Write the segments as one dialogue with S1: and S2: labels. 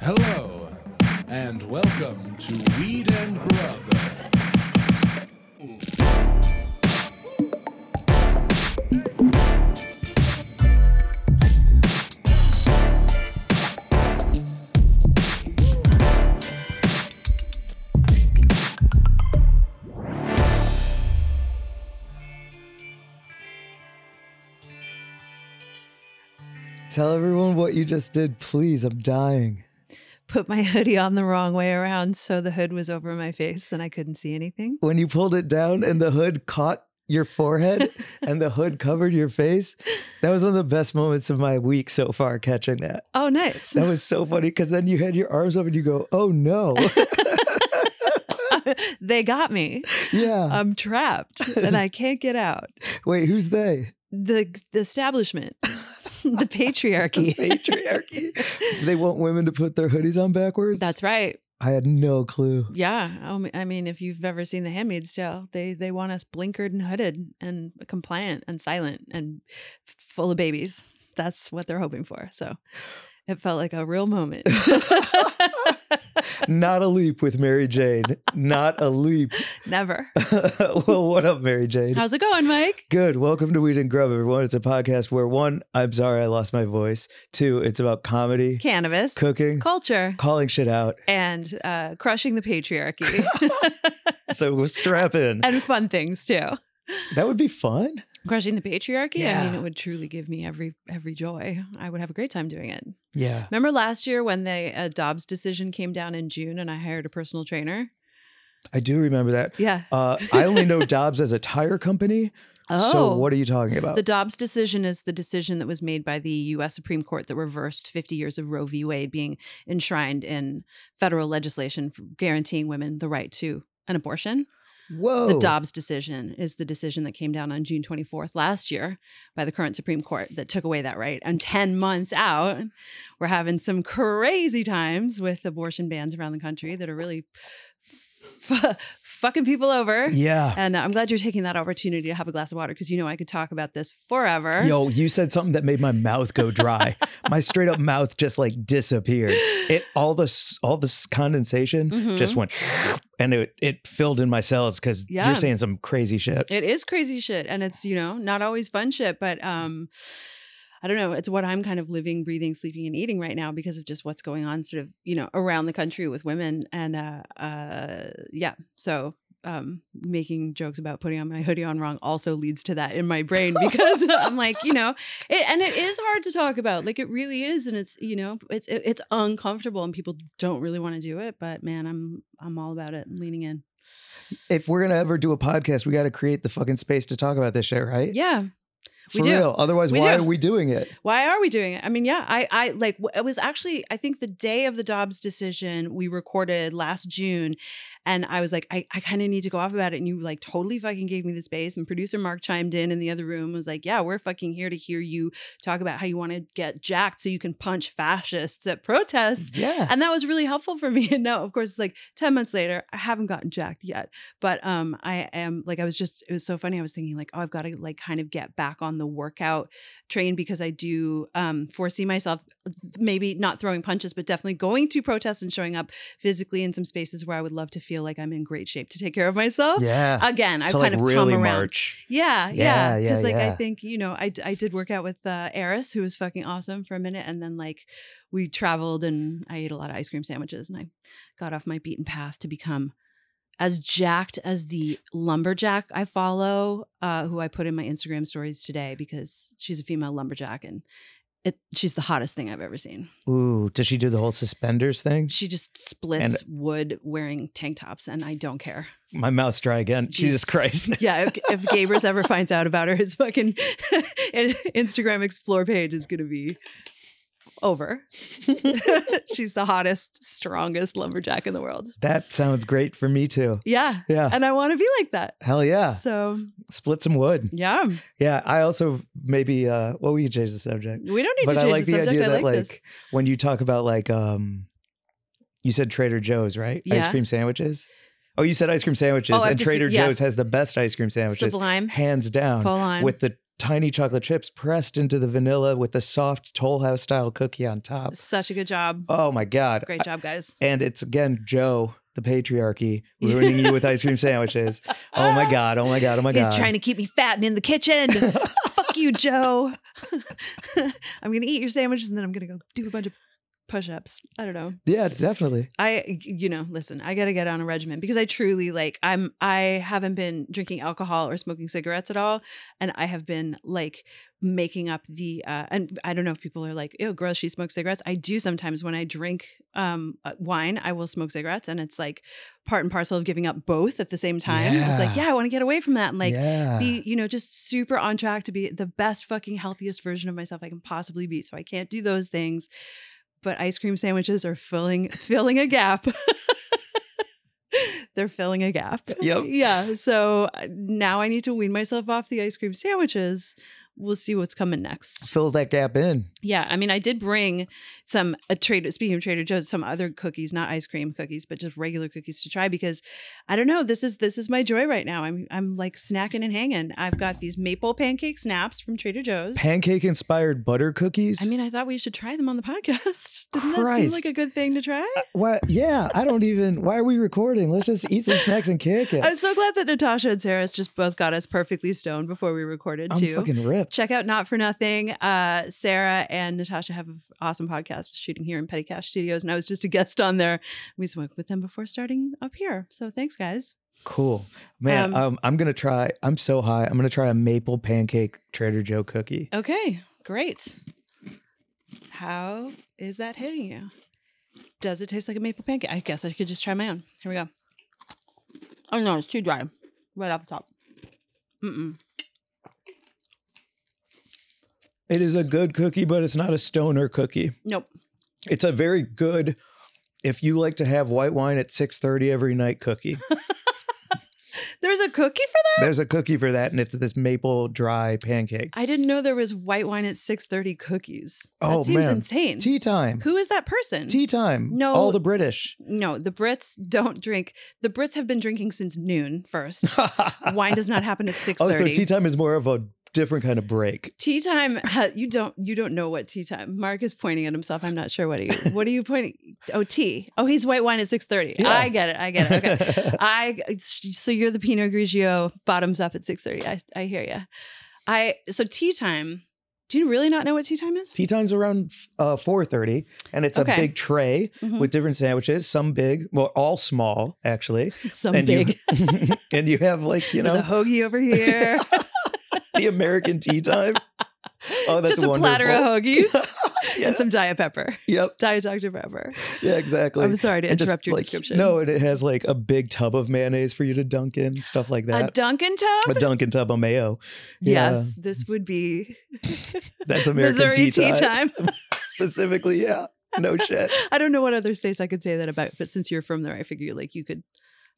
S1: Hello, and welcome to Weed and Grub.
S2: Tell everyone what you just did, please. I'm dying.
S3: put my hoodie on the wrong way around so the hood was over my face and I couldn't see anything.
S2: When you pulled it down and the hood caught your forehead and the hood covered your face, that was one of the best moments of my week so far catching that.
S3: Oh, nice.
S2: That was so funny because then you had your arms up and you go, oh no.
S3: they got me.
S2: yeah.
S3: I'm trapped and I can't get out.
S2: Wait, who's they?
S3: The, the establishment, the
S2: The
S3: patriarchy.
S2: patriarchy. they want women to put their hoodies on backwards?
S3: That's right.
S2: I had no clue.
S3: Yeah. Oh, I mean, if you've ever seen The Handmaid's Tale, they they want us blinkered and hooded and compliant and silent and full of babies. That's what they're hoping for. So it felt like a real moment.
S2: Not a leap with Mary Jane. Not a leap.
S3: Never.
S2: well, what up, Mary Jane?
S3: How's it going, Mike?
S2: Good. Welcome to Weed and Grub, everyone. It's a podcast where one, I'm sorry I lost my voice. Two, it's about comedy,
S3: Cannabis.
S2: cooking,
S3: culture
S2: calling shit out.
S3: and uh, crushing the patriarchy
S2: So we'll strap in.
S3: and fun things too.
S2: That would be fun.
S3: Crushing the patriarchy. I mean,
S2: Yeah.
S3: it would truly give me every every joy. I would have a great time doing it.
S2: Yeah.
S3: Remember last year when the uh, Dobbs decision came down in June, and I hired a personal trainer.
S2: I do remember that.
S3: Yeah.
S2: Uh, I only know Dobbs as a tire company. So what are you talking about?
S3: Oh. The Dobbs decision is the decision that was made by the U.S. Supreme Court that reversed 50 years of Roe v. Wade being enshrined in federal legislation for guaranteeing women the right to an abortion.
S2: Whoa.
S3: The Dobbs decision is the decision that came down on June 24th last year by the current Supreme Court that took away that right. And 10 months out, we're having some crazy times with abortion bans around the country that are really f- fucking people over.
S2: Yeah.
S3: And I'm glad you're taking that opportunity to have a glass of water because you know I could talk about this forever.
S2: Yo, you said something that made my mouth go dry. my straight up mouth just like disappeared. It all the s- all this condensation just
S3: Mhm.
S2: went and it it filled in my cells because
S3: Yeah.
S2: you're saying some crazy shit.
S3: It is crazy shit. And it's, you know, not always fun shit, but um I don't know. It's what I'm kind of living, breathing, sleeping, and eating right now because of just what's going on, sort of, you know, around the country with women. And uh, uh yeah. So um making jokes about putting on my hoodie on wrong also leads to that in my brain because I'm like, you know, it, and it is hard to talk about. Like it really is, and it's you know, it's it, it's uncomfortable, and people don't really want to do it. But man, I'm I'm all about it, and leaning in.
S2: if we're gonna ever do a podcast, we got to create the fucking space to talk about this shit, right?
S3: Yeah, we
S2: For
S3: do.
S2: real. Otherwise,
S3: We
S2: why
S3: do.
S2: are we doing it?
S3: why are we doing it? I mean, yeah, I, I like w- it was actually I think the day of the Dobbs decision we recorded last June, and I was like, I, I kind of need to go off about it, and you like totally fucking gave me the space. And producer Mark chimed in in the other room and was like, Yeah, we're fucking here to hear you talk about how you want to get jacked so you can punch fascists at protests.
S2: Yeah.
S3: And that was really helpful for me. And now, of course, it's like 10 months later, I haven't gotten jacked yet. But um, I am like, I was just, it was so funny. I was thinking, like, oh, I've got to like kind of get back on the workout train because I do um, foresee myself uh, maybe not throwing punches, but definitely going to protests and showing up physically in some spaces where I would love to feel like I'm in great shape to take care of myself.
S2: Yeah.
S3: Again, I've
S2: to
S3: kind
S2: like
S3: of
S2: really
S3: come around.
S2: march.
S3: Yeah,
S2: Yeah,
S3: yeah.
S2: yeah,
S3: Because like I
S2: yeah.
S3: think you know I d- I did work out with uh, Eris, who was fucking awesome for a minute, and then like we traveled and I ate a lot of ice cream sandwiches, and I got off my beaten path to become as jacked as the lumberjack I follow, uh, who I put in my Instagram stories today because she's a female lumberjack and. It, she's the hottest thing I've ever seen.
S2: Ooh, does she do the whole suspenders thing?
S3: She just splits wood wearing tank tops, and I don't care.
S2: My mouth's dry again. Jesus
S3: Jesus.
S2: Christ.
S3: Yeah, if, if Gabrus ever finds out about her, his fucking Instagram explore page is going to be over. She's the hottest, strongest lumberjack in the world.
S2: that sounds great for me too.
S3: Yeah.
S2: Yeah.
S3: And I want to be like that.
S2: Hell yeah.
S3: So,
S2: Split some wood.
S3: yeah,
S2: Yeah. I also maybe uh well we could change the subject.
S3: we don't need
S2: But
S3: to
S2: I
S3: change
S2: like
S3: the
S2: the
S3: subject.
S2: idea
S3: I
S2: that
S3: like,
S2: like
S3: this.
S2: when you talk about like um you said Trader Joe's, right? Ice
S3: Yeah.
S2: cream sandwiches. Oh, you said ice cream sandwiches,
S3: Oh, I've
S2: and
S3: just-
S2: Trader Joe's
S3: yes.
S2: has the best ice cream sandwiches,
S3: Sublime,
S2: hands down.
S3: full on.
S2: with the tiny chocolate chips pressed into the vanilla with the soft Toll House style cookie on top.
S3: Such a good job.
S2: Oh my God.
S3: Great job, guys.
S2: And it's again Joe, the patriarchy, ruining you with ice cream sandwiches. Oh my God. Oh my God. Oh my God.
S3: He's trying to keep me fat and in the kitchen. Fuck you, Joe. I'm gonna eat your sandwiches and then I'm gonna go do a bunch of push-ups. I don't know.
S2: yeah, definitely.
S3: I you know, listen, I gotta get on a regimen because I truly like I'm I haven't been drinking alcohol or smoking cigarettes at all. And I have been like making up the uh and I don't know if people are like, oh girl, she smokes cigarettes. I do sometimes when I drink um uh, wine, I will smoke cigarettes and it's like part and parcel of giving up both at the same time. I was like,
S2: Yeah.
S3: yeah, I want to get away from that and like
S2: yeah.
S3: be, you know, just super on track to be the best fucking healthiest version of myself I can possibly be. So I can't do those things. But ice cream sandwiches are filling filling a gap. They're filling a gap.
S2: Uh, Yep.
S3: Yeah. So uh, now I need to wean myself off the ice cream sandwiches. We'll see what's coming next.
S2: Fill that gap in.
S3: Yeah, I mean, I did bring some a Trader. Speaking of Trader Joe's, some other cookies, not ice cream cookies, but just regular cookies to try because I don't know. This is this is my joy right now. I'm I'm like snacking and hanging. I've got these maple pancake snaps from Trader Joe's.
S2: Pancake inspired butter cookies.
S3: I mean, I thought we should try them on the podcast. Didn't that seem
S2: Christ. Uh,
S3: like a good thing to try?
S2: why, yeah, I don't even. Why are we recording? Let's just eat some snacks and kick it.
S3: I'm so glad that Natasha and Sarah's just both got us perfectly stoned before we recorded
S2: I'm
S3: too.
S2: fucking ripped.
S3: Check out Not for Nothing. Uh, Sarah and Natasha have an awesome podcast shooting here in Petty Cash Studios, and I was just a guest on there. We smoked with them before starting up here. So thanks, guys.
S2: Cool. Man,
S3: Um,
S2: um, I'm going to try. I'm so high. I'm going to try a maple pancake Trader Joe cookie.
S3: Okay, great. How is that hitting you? Does it taste like a maple pancake? I guess I could just try my own. Here we go. Oh no, it's too dry. Right off the top. Mm-mm.
S2: It is a good cookie, but it's not a stoner cookie.
S3: Nope.
S2: It's a very good, if you like to have white wine at 6.30 every night cookie.
S3: There's a cookie for that?
S2: There's a cookie for that, and it's this maple dry pancake.
S3: I didn't know there was white wine at 6:30 cookies.
S2: Oh,
S3: that seems
S2: man.
S3: insane.
S2: Tea time.
S3: Who is that person?
S2: Tea time.
S3: No.
S2: All the British.
S3: No, the Brits don't drink. The Brits have been drinking since noon first.
S2: oh,
S3: Wine does not happen at 6:30.
S2: so
S3: tea,
S2: tea time is more of a different kind of break.
S3: time ha- you don't you don't know what tea time. Mark is pointing at himself. I'm not sure what he What are you pointing? Oh, tea. Oh, he's white wine at 6:30.
S2: Yeah.
S3: I get it. I get it. Okay. I so you're the Pinot Grigio bottoms up at 6:30. I I hear you. I so tea time. Do you really not know what tea time is?
S2: tea time's around uh, 4.30, and it's
S3: Okay.
S2: a big tray
S3: Mhm.
S2: with different sandwiches, some big, well, all small, actually.
S3: Some
S2: and
S3: big.
S2: You, and you have, like, you
S3: There's a
S2: know,
S3: hoagie over here.
S2: the American tea time. Oh, that's
S3: Just a
S2: wonderful.
S3: platter of hoagies
S2: Yeah.
S3: and some diet pepper.
S2: Yep.
S3: Diet Dr. Pepper.
S2: Yeah, exactly.
S3: I'm sorry to
S2: And just,
S3: interrupt your
S2: like,
S3: description.
S2: No, and it has like a big tub of mayonnaise for you to dunk in, stuff like
S3: a
S2: that.
S3: Dunkin' tub.
S2: A Dunkin' tub of mayo. Yeah.
S3: Yes, this would be
S2: That's American
S3: Missouri tea
S2: time.
S3: time.
S2: Specifically, yeah. No shit.
S3: I don't know what other states I could say that about, but since you're from there, I figure like you could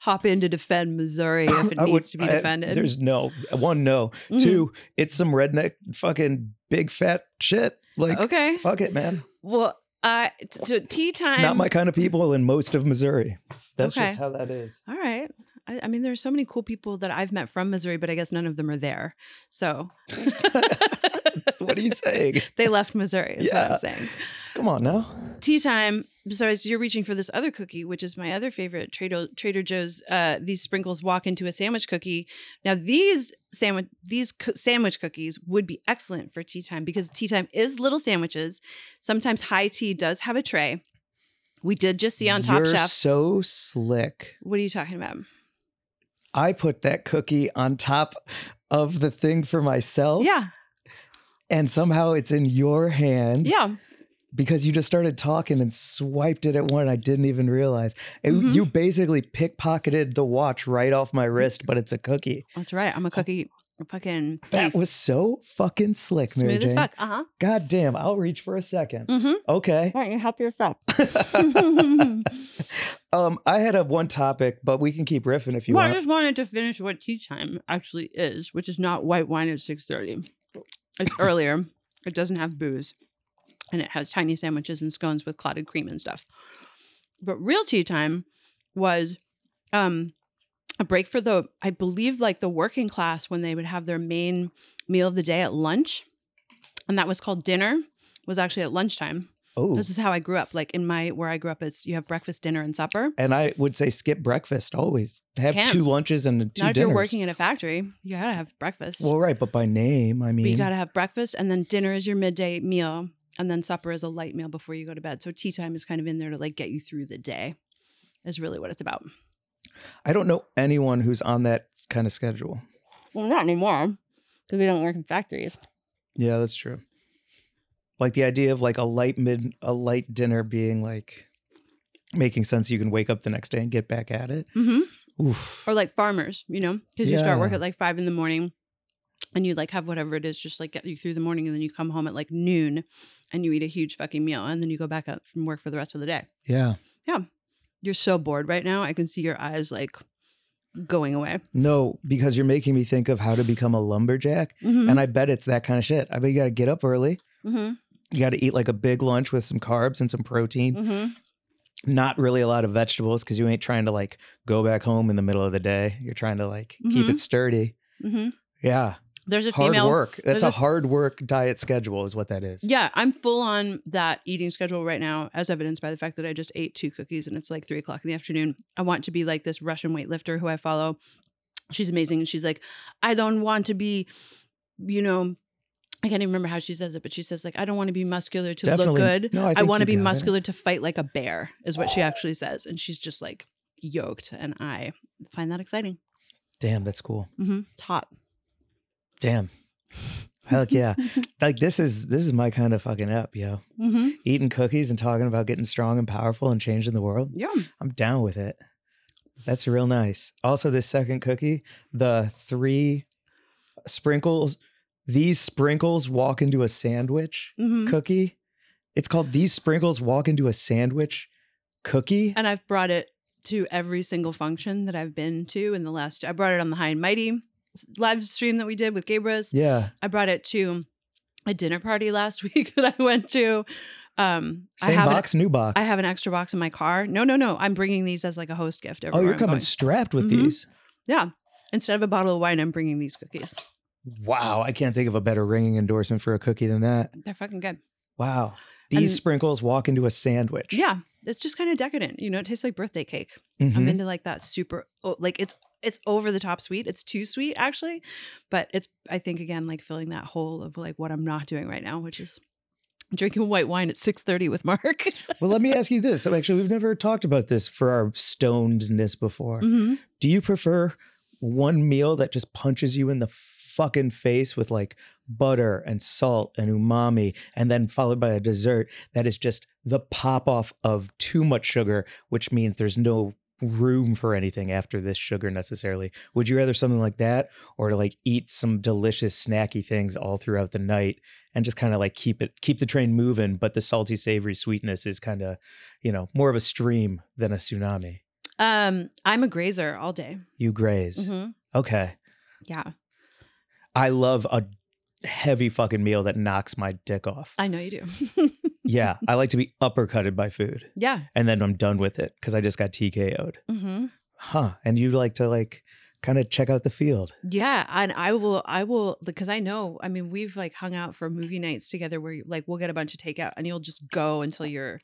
S3: hop in to defend Missouri if it
S2: I
S3: needs
S2: would-
S3: to be
S2: I-
S3: defended.
S2: there's no one, no.
S3: Mhm.
S2: Two, it's some redneck fucking big fat shit. Like
S3: okay.
S2: fuck it, man.
S3: Well, uh, t- so tea time.
S2: Not my kind of people in most of Missouri. That's
S3: Okay.
S2: just how that is.
S3: All right. I, I mean, there are so many cool people that I've met from Missouri, but I guess none of them are there. So
S2: What are you saying?
S3: they left Missouri, is what
S2: Yeah.
S3: I'm saying.
S2: Come on now.
S3: tea time. So as you're reaching for this other cookie, which is my other favorite Trader Trader Joe's, uh, these sprinkles walk into a sandwich cookie. Now these sandwich these co- sandwich cookies would be excellent for tea time because tea time is little sandwiches. Sometimes high tea does have a tray. We did just see on Top
S2: You're
S3: Chef.
S2: so slick.
S3: what are you talking about?
S2: I put that cookie on top of the thing for myself.
S3: Yeah,
S2: And somehow it's in your hand
S3: yeah.
S2: because you just started talking and swiped it at one. I didn't even realize. And
S3: Mhm.
S2: You basically pickpocketed the watch right off my wrist, but it's a cookie.
S3: That's right. I'm a cookie. Fucking
S2: That
S3: thief.
S2: was so fucking slick, Mary
S3: smooth as
S2: Jane.
S3: fuck. Uh huh.
S2: God damn, I'll reach for a second.
S3: Mm-hmm.
S2: Okay.
S3: Why don't you help yourself? well,
S2: Um, I had a one topic, but we can keep riffing if you
S3: I
S2: want.
S3: just wanted to finish what tea time actually is, which is not white wine at six thirty. It's earlier. It doesn't have booze, and it has tiny sandwiches and scones with clotted cream and stuff. But real tea time was um, a break for the i believe like the working class when they would have their main meal of the day at lunch and that was called dinner was actually at lunchtime
S2: Oh,
S3: this is how i grew up like in my where i grew up it's you have breakfast dinner and supper
S2: and I would say skip breakfast always. Have
S3: Can't.
S2: two lunches and two
S3: not if
S2: dinners.
S3: you're working in a factory you gotta have breakfast
S2: Well, right, but by name, I mean.
S3: but you gotta have breakfast and then dinner is your midday meal and then supper is a light meal before you go to bed so tea time is kind of in there to like get you through the day is really what it's about
S2: I don't know anyone who's on that kind of schedule.
S3: well not anymore because we don't work in factories
S2: Yeah, that's true. Like the idea of like a light mid a light dinner being like making sense you can wake up the next day and get back at it.
S3: mm-hmm
S2: Oof.
S3: or like farmers, you know, because you start work
S2: Yeah.
S3: at like five in the morning and you like have whatever it is just like get you through the morning and then you come home at like noon and you eat a huge fucking meal and then you go back out from work for the rest of the day.
S2: Yeah.
S3: You're so bored right now. I can see your eyes like going away.
S2: No, because you're making me think of how to become a lumberjack.
S3: Mm-hmm.
S2: And I bet it's that kind of shit. I bet you gotta get up early.
S3: Mm-hmm.
S2: You gotta eat like a big lunch with some carbs and some protein.
S3: Mm-hmm.
S2: Not really a lot of vegetables because you ain't trying to like go back home in the middle of the day. You're trying to like keep
S3: Mhm.
S2: it sturdy.
S3: Mm-hmm.
S2: Yeah.
S3: There's a
S2: Hard
S3: female.
S2: work. That's
S3: there's
S2: a,
S3: a-
S2: hard work diet schedule, is what that is.
S3: Yeah, I'm full on that eating schedule right now, as evidenced by the fact that I just ate two cookies and it's like three o'clock in the afternoon. I want to be like this Russian weightlifter who I follow. She's amazing. And she's like, I don't want to be, you know, I can't even remember how she says it, but she says, like, I don't want to be muscular to look good.
S2: No,
S3: I
S2: think
S3: want to
S2: you
S3: be
S2: got it.
S3: muscular to fight like a bear, is what she actually says. And she's just like yoked. And I find that exciting.
S2: Damn, that's cool.
S3: hmm It's hot.
S2: Damn. Heck yeah. like this is this is my kind of fucking up, yo.
S3: Mm-hmm.
S2: Eating cookies and talking about getting strong and powerful and changing the world.
S3: Yeah.
S2: I'm down with it. That's real nice. Also, this second cookie, the three sprinkles, these sprinkles walk into a sandwich
S3: hmm
S2: cookie. It's called these sprinkles walk into a sandwich cookie.
S3: and I've brought it to every single function that I've been to in the last. I brought it on the High and Mighty s- live stream that we did with Gabrus.
S2: Yeah.
S3: I brought it to a dinner party last week that I went to. Um, I
S2: Same
S3: have
S2: box, new box.
S3: An, I have an extra box in my car. No, no, no. I'm bringing these as like a host gift.
S2: Oh,
S3: everywhere
S2: you're
S3: I'm
S2: coming
S3: going.
S2: strapped with
S3: Mhm.
S2: these.
S3: Yeah. Instead of a bottle of wine, I'm bringing these cookies.
S2: Wow, I can't think of a better ringing endorsement for a cookie than that.
S3: They're fucking good.
S2: Wow. These
S3: And-
S2: sprinkles walk into a sandwich.
S3: Yeah. It's just kind of decadent. You know, it tastes like birthday cake.
S2: Mhm.
S3: I'm into like that super oh, like it's it's over the top sweet. It's too sweet actually, but it's I think again like filling that hole of like what I'm not doing right now, which is drinking white wine at 6:30 with Mark.
S2: well, let me ask you this. So, actually, we've never talked about this for our stonedness before.
S3: Mhm.
S2: Do you prefer one meal that just punches you in the fucking face with like butter and salt and umami, and then followed by a dessert that is just the pop off of too much sugar, which means there's no room for anything after this sugar necessarily? Would you rather something like that or to like eat some delicious snacky things all throughout the night and just kind of like keep it keep the train moving, but the salty savory sweetness is kind of, you know, more of a stream than a tsunami.
S3: Um I'm a grazer all day.
S2: You graze.
S3: Mhm.
S2: Okay.
S3: Yeah.
S2: I love a heavy fucking meal that knocks my dick off.
S3: I know you do.
S2: yeah, I like to be uppercutted by food
S3: yeah.
S2: and then I'm done with it because I just got TKO'd.
S3: Mhm.
S2: Huh. And you like to like kind of check out the field.
S3: Yeah, and I will I will because I know, I mean, we've like hung out for movie nights together where you, like we'll get a bunch of takeout and you'll just go until you're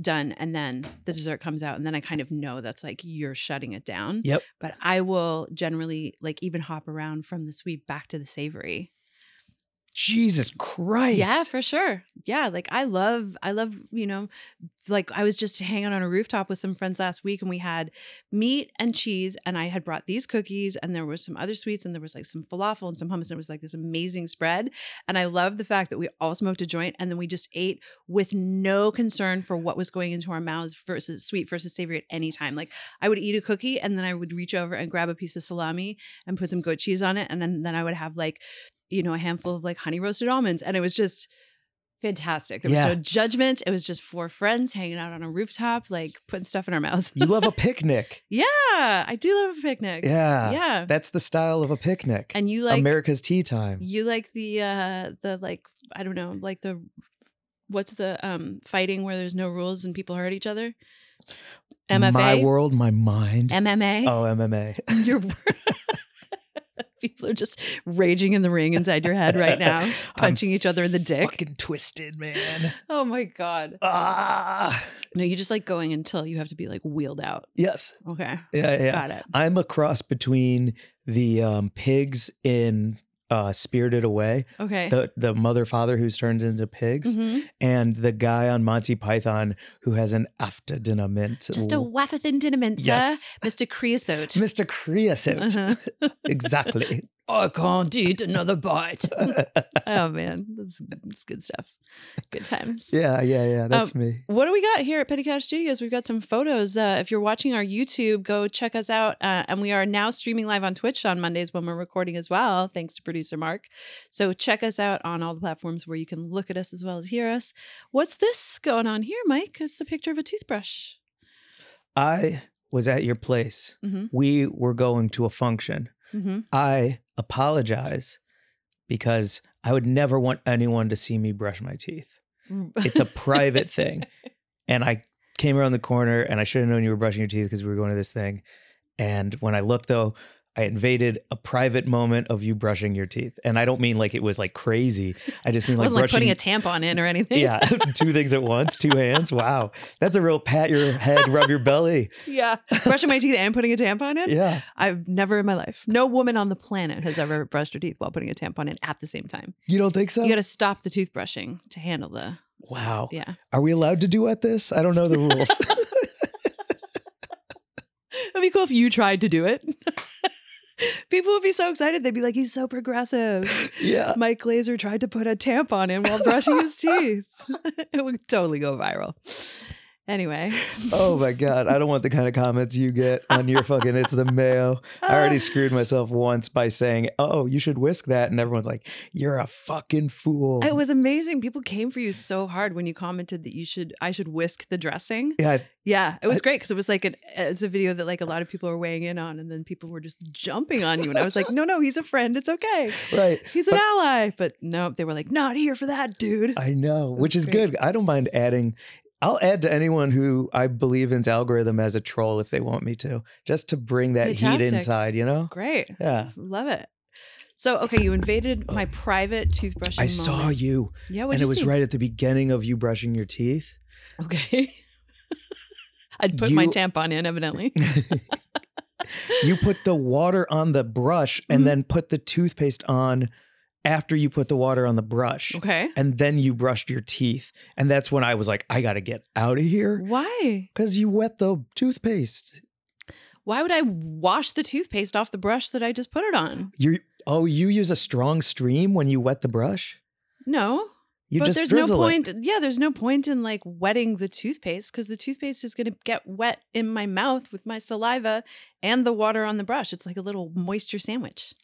S3: done and then the dessert comes out and then I kind of know that's like you're shutting it down.
S2: Yep.
S3: but I will generally like even hop around from the sweet back to the savory.
S2: Jesus Christ.
S3: Yeah, for sure. Yeah, like I love, I love, you know, like I was just hanging on a rooftop with some friends last week and we had meat and cheese and I had brought these cookies and there was some other sweets and there was like some falafel and some hummus and it was like this amazing spread. And I love the fact that we all smoked a joint and then we just ate with no concern for what was going into our mouths versus sweet versus savory at any time. Like I would eat a cookie and then I would reach over and grab a piece of salami and put some goat cheese on it and then then I would have like you know, a handful of like honey roasted almonds. And it was just fantastic. There was
S2: Yeah.
S3: no judgment. It was just four friends hanging out on a rooftop, like putting stuff in our mouths.
S2: you love a picnic.
S3: yeah. I do love a picnic.
S2: Yeah.
S3: Yeah.
S2: That's the style of a picnic.
S3: And you like
S2: America's tea time.
S3: you like the uh the like I don't know, like the what's the um fighting where there's no rules and people hurt each other? MFA,
S2: My world, my mind.
S3: MMA.
S2: oh, MMA.
S3: Your people are just raging in the ring inside your head right now, punching each other in the dick.
S2: Fucking twisted, man.
S3: oh my god!
S2: Ah.
S3: No, you just like going until you have to be like wheeled out.
S2: Yes.
S3: Okay,
S2: Yeah, yeah.
S3: got it.
S2: I'm a cross between the um, pigs in uh, Spirited Away,
S3: Okay.
S2: the the mother father who's turned into pigs,
S3: Mhm.
S2: and the guy on Monty Python who has an after dinner mint.
S3: Just a waffethin dinament,
S2: yes,
S3: Mr. Creosote.
S2: Mr. Creosote.
S3: Uh-huh.
S2: exactly.
S3: I can't eat another bite. oh man, that's, that's good stuff. Good times.
S2: Yeah, yeah, yeah. That's me.
S3: What do we got here at Petty Cash Studios? We've got some photos. Uh, if you're watching our YouTube, go check us out. Uh, and we are now streaming live on Twitch on Mondays when we're recording as well, thanks to producer Mark. So check us out on all the platforms where you can look at us as well as hear us. What's this going on here, Mike? It's a picture of a toothbrush.
S2: I was at your place.
S3: Mm-hmm.
S2: We were going to a function.
S3: Mm-hmm.
S2: I apologize because I would never want anyone to see me brush my teeth. It's a private thing. And I came around the corner and I should have known you were brushing your teeth because we were going to this thing. And when I looked though, I invaded a private moment of you brushing your teeth. And I don't mean like it was like crazy. I just mean
S3: it
S2: like
S3: wasn't like
S2: brushing
S3: putting a tampon in or anything.
S2: yeah, two things at once, two hands. Wow. That's a real pat your head, rub your belly.
S3: yeah. Brushing my teeth and putting a tampon in.
S2: Yeah.
S3: I've never in my life. No woman on the planet has ever brushed her teeth while putting a tampon in at the same time.
S2: You don't think so?
S3: You got to stop the toothbrushing to handle the
S2: wow.
S3: yeah.
S2: Are we allowed to duet this? I don't know the rules.
S3: It'd be cool if you tried to do it. People would be so excited. They'd be like, "He's so progressive."
S2: yeah.
S3: Mike Glazer tried to put a tampon in while brushing his teeth. it would totally go viral. Anyway,
S2: Oh my God. I don't want the kind of comments you get on your fucking It's the Mayo. I already screwed myself once by saying, "Oh, you should whisk that," and everyone's like, "You're a fucking fool."
S3: It was amazing. People came for you so hard when you commented that you should I should whisk the dressing.
S2: yeah, I-
S3: Yeah, it was great because it was like an it's a video that like a lot of people are weighing in on, and then people were just jumping on you, and I was like, no, no, he's a friend, it's okay,
S2: right.
S3: he's an ally. But no, they were like, not here for that, dude.
S2: I know, which is
S3: That's great.
S2: good. I don't mind adding. I'll add to anyone who I believe in's algorithm as a troll if they want me to, just to bring that heat
S3: Fantastic.
S2: inside. You know?
S3: Great,
S2: Yeah.
S3: love it. So okay, you invaded my
S2: Oh.
S3: private toothbrushing.
S2: I saw
S3: moment.
S2: you,
S3: Yeah, what
S2: and it was right at the beginning of you brushing your teeth.
S3: Okay. I'd put my
S2: You-
S3: tampon in, evidently.
S2: You put the water on the brush and
S3: Mhm.
S2: then put the toothpaste on after you put the water on the brush.
S3: okay.
S2: and then you brushed your teeth. And that's when I was like, I got to get out of
S3: Mm.
S2: here
S3: Why?
S2: because you wet the toothpaste.
S3: Why would I wash the toothpaste off the brush that I just put it on?
S2: You oh, you use a strong stream when you wet the brush.
S3: No.
S2: You
S3: but
S2: just
S3: there's no
S2: drizzle it.
S3: point. Yeah, there's no point in like wetting the toothpaste because the toothpaste is going to get wet in my mouth with my saliva and the water on the brush. It's like a little moisture sandwich.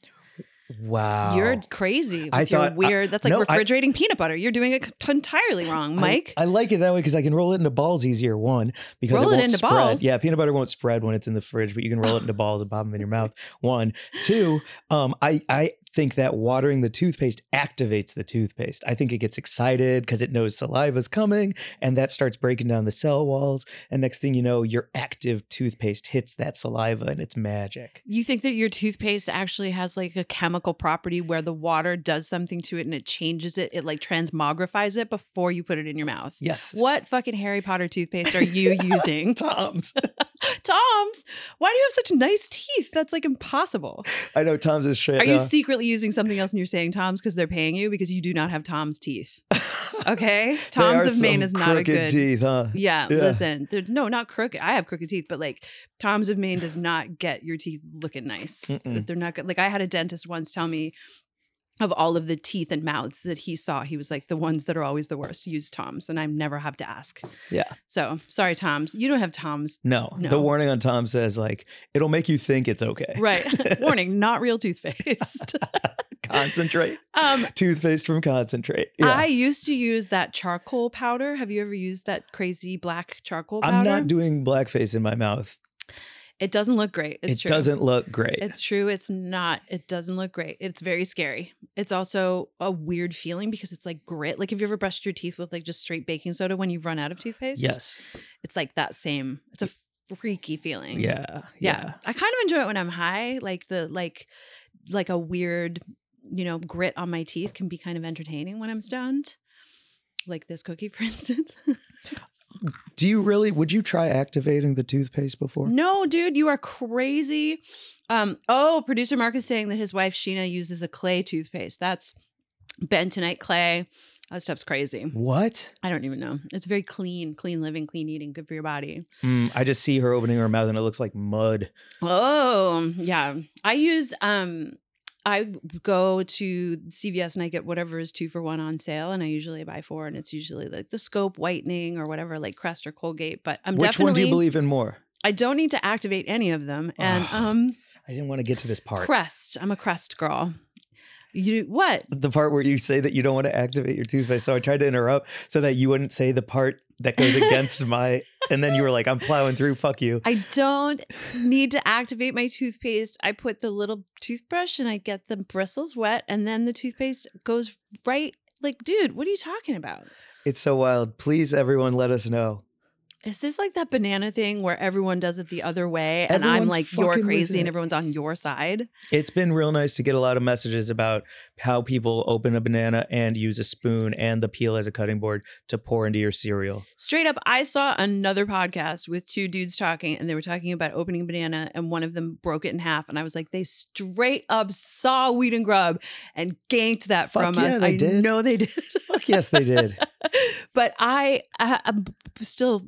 S2: Wow,
S3: You're crazy. With
S2: Oh. I
S3: your
S2: thought- I-
S3: weird. that's like
S2: no, I-
S3: refrigerating peanut butter. You're doing it c- entirely wrong,
S2: I-
S3: Mike.
S2: I, like it that way because I can roll it into balls easier. One because
S3: Roll
S2: it
S3: it
S2: won't
S3: into
S2: spread.
S3: balls?
S2: Yeah, peanut butter won't spread when it's in the fridge, but you can roll it into balls and pop them in your mouth. One, two. Um, I I think that watering the toothpaste activates the toothpaste. I think it gets excited because it knows saliva's coming, and that starts breaking down the cell walls. And next thing you know, your active toothpaste hits that saliva, and it's magic.
S3: you think that your toothpaste actually has like a chemical property where the water does something to it and it changes it. It like transmogrifies it before you put it in your mouth.
S2: Yes.
S3: What fucking Harry Potter toothpaste are you using?
S2: Tom's.
S3: Tom's, why do you have such nice teeth? That's like impossible.
S2: I know Tom's is shit. uh,
S3: Are you
S2: now.
S3: secretly using something else and you're saying Tom's because they're paying you because you do not have Tom's teeth? Okay. Tom's
S2: They are
S3: of Maine
S2: some
S3: is not a
S2: crooked
S3: good.
S2: teeth, huh?
S3: Yeah,
S2: Yeah.
S3: listen. they're- No, not crooked. I have crooked teeth, but like Tom's of Maine does not get your teeth looking nice.
S2: Mm-mm.
S3: They're not good. Like I had a dentist once tell me of all of the teeth and mouths that he saw, he was like the ones that are always the worst. Use Tom's, and I never have to ask.
S2: Yeah.
S3: So sorry, Tom's. You don't have Tom's.
S2: No,
S3: No.
S2: the warning on Tom says like it'll make you think it's okay.
S3: Right. Warning, not real toothpaste.
S2: Concentrate.
S3: um
S2: Toothpaste from concentrate. Yeah.
S3: I used to use that charcoal powder. Have you ever used that crazy black charcoal powder?
S2: I'm not doing blackface in my mouth.
S3: It doesn't look great. It's
S2: it
S3: true.
S2: doesn't look great.
S3: It's true. It's not. It doesn't look great. It's very scary. It's also a weird feeling because it's like grit. Like if you ever brushed your teeth with like just straight baking soda when you've run out of toothpaste.
S2: yes.
S3: It's like that same. It's a freaky feeling.
S2: Yeah.
S3: Yeah. I kind of enjoy it when I'm high. Like the like like a weird, you know, grit on my teeth can be kind of entertaining when I'm stoned. Like this cookie, for instance.
S2: Do you really? Would you try activating the toothpaste before?
S3: No, dude, you are crazy. Um, oh, producer Mark is saying that his wife Sheena uses a clay toothpaste. That's bentonite clay. That stuff's crazy.
S2: What?
S3: I don't even know. It's very clean, clean living, clean eating, good for your body.
S2: Mm, I just see her opening her mouth and it looks like mud.
S3: Oh, yeah. I use um I go to CVS and I get whatever is two for one on sale, and I usually buy four, and it's usually like the scope whitening or whatever, like Crest or Colgate. But I'm
S2: Which
S3: definitely
S2: one do you believe in more?
S3: I don't need to activate any of them, and
S2: Ugh.
S3: um.
S2: I didn't want to get to this part.
S3: Crest. I'm a crest girl. You what?
S2: The part where you say that you don't want to activate your toothpaste. So I tried to interrupt so that you wouldn't say the part that goes against my. And then you were like, I'm plowing through. Fuck you.
S3: I don't need to activate my toothpaste. I put the little toothbrush and I get the bristles wet, and then the toothpaste goes right. Like, dude, what are you talking about?
S2: It's so wild. Please, everyone, let us know.
S3: Is this like that banana thing where everyone does it the other way, and I'm
S2: Everyone's
S3: like, you're
S2: fucking with
S3: crazy, and
S2: it.
S3: everyone's on your side?
S2: It's been real nice to get a lot of messages about how people open a banana and use a spoon and the peel as a cutting board to pour into your cereal.
S3: Straight up, I saw another podcast with two dudes talking, and they were talking about opening a banana, and one of them broke it in half. And I was like, they straight up saw weed and grub and ganked that
S2: Fuck
S3: from
S2: yeah,
S3: us.
S2: they
S3: I
S2: did.
S3: know they did.
S2: Fuck yes, they did.
S3: but I, I, am still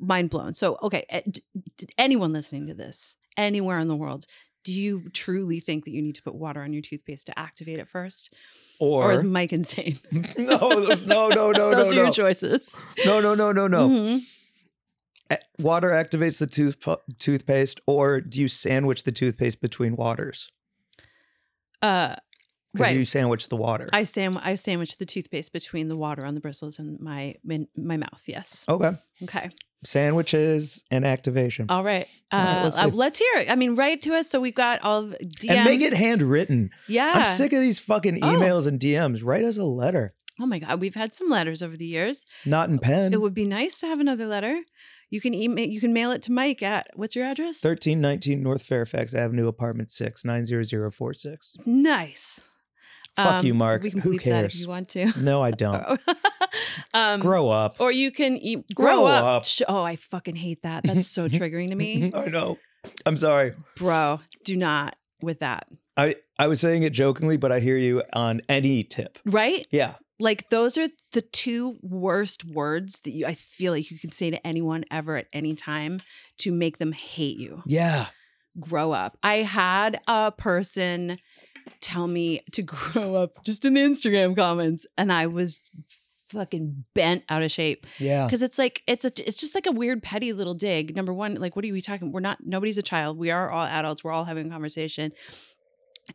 S3: mind blown. So, okay, eh, d- d- anyone listening to this, anywhere in the world, do you truly think that you need to put water on your toothpaste to activate it first? Or,
S2: Or,
S3: is Mike insane?
S2: no, no, no, no, no,
S3: Those are your
S2: no.
S3: choices.
S2: no, no, no, no, no.
S3: Mhm.
S2: A- Water activates the tooth toothpaste, or do you sandwich the toothpaste between waters?
S3: Uh,
S2: 'Cause
S3: right.
S2: You sandwich the water.
S3: I sam I sandwich the toothpaste between the water on the bristles and my in my mouth. Yes.
S2: okay.
S3: Okay.
S2: Sandwiches and activation.
S3: All right. Uh,
S2: All right, let's
S3: uh,
S2: see.
S3: let's, hear it. I mean, write to us so we've got all of DMs.
S2: and make it handwritten.
S3: yeah.
S2: I'm sick of these fucking
S3: Oh.
S2: emails and DMs. Write us a letter,
S3: Oh my god, we've had some letters over the years.
S2: not in pen.
S3: Oh, It would be nice to have another letter. You can email. You can mail it to Mike at what's your address?
S2: 1319 North Fairfax Avenue, apartment 6, 90046.
S3: Nice. Um,
S2: Fuck you, Mark.
S3: We can
S2: Who
S3: bleep that if
S2: cares?
S3: you want to.
S2: No, I don't.
S3: Uh, um,
S2: Grow up.
S3: Or you can e- grow,
S2: Grow
S3: up.
S2: up.
S3: Sh- Oh, I fucking hate that. That's so triggering to me.
S2: I know. I'm sorry.
S3: Bro, do not with that.
S2: I, I was saying it jokingly, but I hear you on any tip.
S3: Right?
S2: Yeah.
S3: Like those are the two worst words that you I feel like you can say to anyone ever at any time to make them hate you.
S2: Yeah.
S3: Grow up. I had a person tell me to grow up just in the Instagram comments and I was fucking bent out of shape
S2: Yeah.
S3: because it's like it's a it's just like a weird petty little dig number one like what are we talking we're not nobody's a child we are all adults we're all having a conversation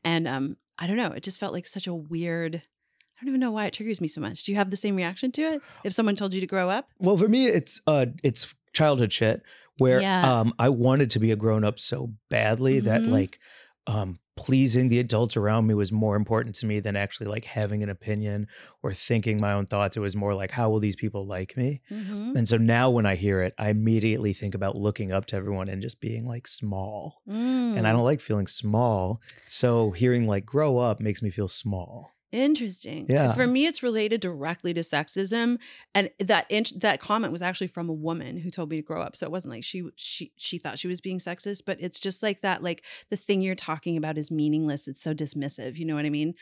S3: and um i don't know it just felt like such a weird i don't even know why it triggers me so much do you have the same reaction to it if someone told you to grow up
S2: Well, for me, it's uh, it's childhood shit where
S3: Yeah.
S2: um, I wanted to be a grown up so badly that
S3: Mhm.
S2: like um, pleasing the adults around me was more important to me than actually like having an opinion or thinking my own thoughts. It was more like, how will these people like me?
S3: mm-hmm.
S2: And so now when I hear it, I immediately think about looking up to everyone and just being like small.
S3: Mm.
S2: And
S3: Mm-hmm.
S2: I don't like feeling small. So hearing like grow up makes me feel small.
S3: Interesting.
S2: Yeah.
S3: For me, it's related directly to sexism, and that int- that comment was actually from a woman who told me to grow up. So it wasn't like she she she thought she was being sexist, but it's just like that. Like the thing you're talking about is meaningless. It's so dismissive. You know what I mean?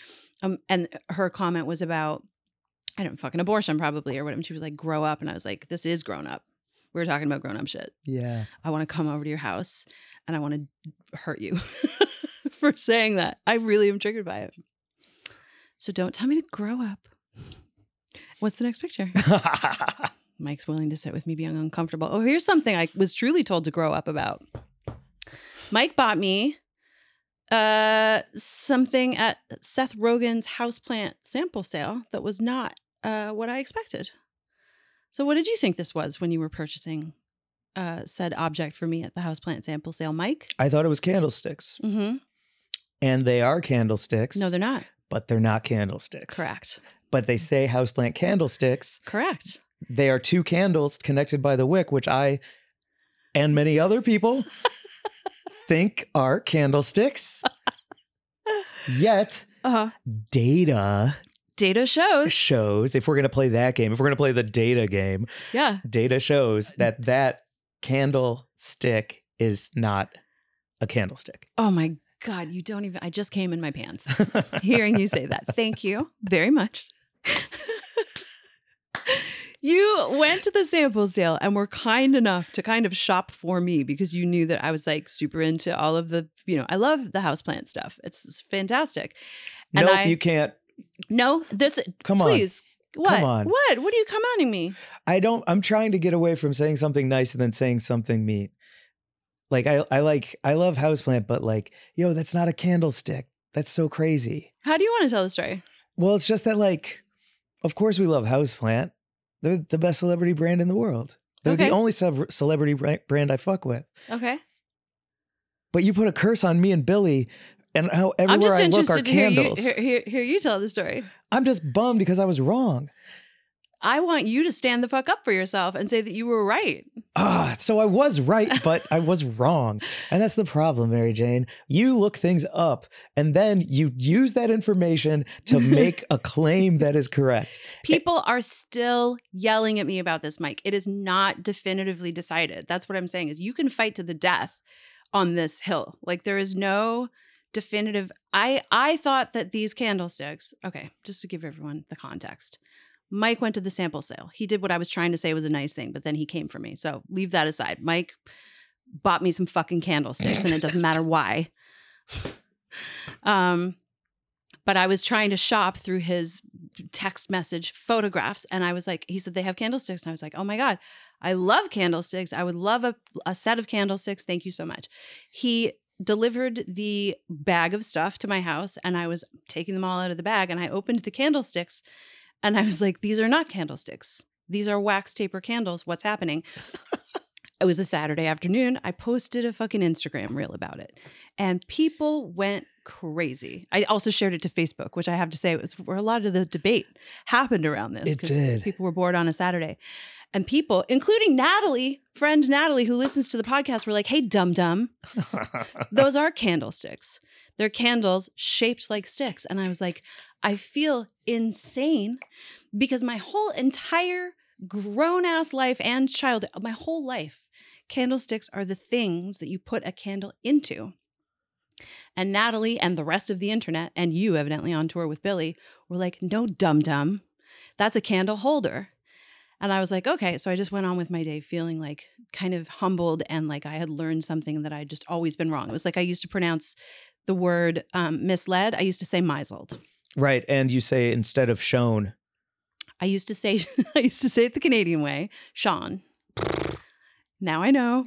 S3: Um, and her comment was about I don't fucking abortion probably or whatever. She was like, grow up, and I was like, this is grown up. We were talking about grown up shit.
S2: Yeah.
S3: I want to come over to your house and I want to hurt you for saying that. I really am triggered by it. So don't tell me to grow up. What's the next picture? Mike's willing to sit with me being uncomfortable. Oh, here's something I was truly told to grow up about. Mike bought me uh something at Seth Rogen's houseplant sample sale that was not uh what I expected. So what did you think this was when you were purchasing uh, said object for me at the houseplant sample sale, Mike?
S2: I thought it was candlesticks,
S3: Mm-hmm.
S2: and they are candlesticks.
S3: No, they're not.
S2: but they're not candlesticks.
S3: Correct.
S2: But they say houseplant candlesticks.
S3: Correct.
S2: They are two candles connected by the wick, which I and many other people think are candlesticks. Yet
S3: Uh-huh.
S2: data
S3: Data shows.
S2: shows if we're going to play that game, if we're going to play the data game,
S3: Yeah.
S2: data
S3: Uh,
S2: shows that that candlestick is not a candlestick.
S3: Oh my God. You don't even, I just came in my pants hearing you say that. Thank you very much. you went to the sample sale and were kind enough to kind of shop for me because you knew that I was like super into all of the, you know, I love the houseplant stuff. It's fantastic. And
S2: nope,
S3: I-
S2: you can't.
S3: No, this,
S2: Come on.
S3: please. What?
S2: on.
S3: What? What are you commenting me?
S2: I don't I'm trying to get away from saying something nice and then saying something mean. Like I I like I love houseplant, but like, yo, that's not a candlestick. That's so crazy.
S3: How do you want to tell the story?
S2: Well, it's just that like of course we love houseplant. They're the best celebrity brand in the world. They're
S3: Okay.
S2: the only sub- celebrity bra- brand I fuck with.
S3: Okay.
S2: But you put a curse on me and Billy and how
S3: I'm
S2: everywhere
S3: just
S2: I look are
S3: interested to hear you,
S2: candles.
S3: hear, hear, hear you tell the story.
S2: I'm just bummed because I was wrong.
S3: I want you to stand the fuck up for yourself and say that you were right.
S2: Ah, so I was right, but I was wrong. And that's the problem, Mary Jane. You look things up and then you use that information to make a claim that is correct.
S3: People are still yelling at me about this, Mike. It is not definitively decided. That's what I'm saying is you can fight to the death on this hill. Like there is no definitive I I thought that these candlesticks. Okay, just to give everyone the context. Mike went to the sample sale. He did what I was trying to say was a nice thing, but then he came for me. So leave that aside. Mike bought me some fucking candlesticks and it doesn't matter why. Um but I was trying to shop through his text message photographs and I was like he said they have candlesticks and I was like, "Oh my god, I love candlesticks. I would love a, a set of candlesticks. Thank you so much." He delivered the bag of stuff to my house and I was taking them all out of the bag and I opened the candlesticks and I was like, "These are not candlesticks. These are wax taper candles. What's happening?" It was a Saturday afternoon. I posted a fucking Instagram reel about it and people went crazy. I also shared it to Facebook, which I have to say was where a lot of the debate happened around this
S2: It did.
S3: people were bored on a Saturday. And people, including Natalie, friend Natalie, who listens to the podcast, were like, hey, dum dum, those are candlesticks. They're candles shaped like sticks. And I was like, I feel insane because my whole entire grown ass life and child, my whole life, candlesticks are the things that you put a candle into. And Natalie and the rest of the internet, and you evidently on tour with Billy, were like, no, dum dum, that's a candle holder. And I was like, okay. So I just went on with my day feeling like kind of humbled and like I had learned something that I'd just always been wrong. It was like I used to pronounce the word um, misled, I used to say misled.
S2: Right. And you say instead of shown,
S3: I used to say I used to say it the Canadian way, Sean. Now I know.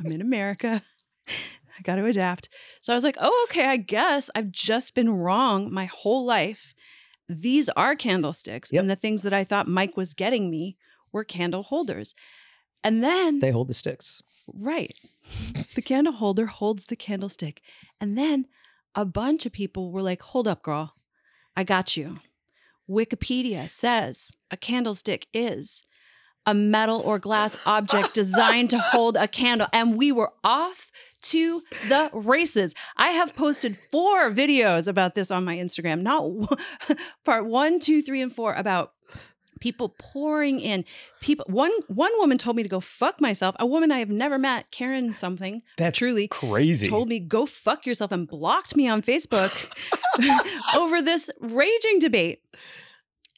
S3: I'm in America. I got to adapt. So I was like, "Oh, okay, I guess I've just been wrong my whole life. These are candlesticks
S2: Yep.
S3: and the things that I thought Mike was getting me were candle holders." And then
S2: they hold the sticks.
S3: Right. the candle holder holds the candlestick. And then a bunch of people were like, hold up, girl. I got you. Wikipedia says a candlestick is a metal or glass object designed to hold a candle. And we were off to the races. I have posted four videos about this on my Instagram, not one, part one, two, three, and four about people pouring in people one one woman told me to go fuck myself a woman i have never met karen something
S2: That's
S3: truly
S2: crazy.
S3: told me go fuck yourself and blocked me on facebook over this raging debate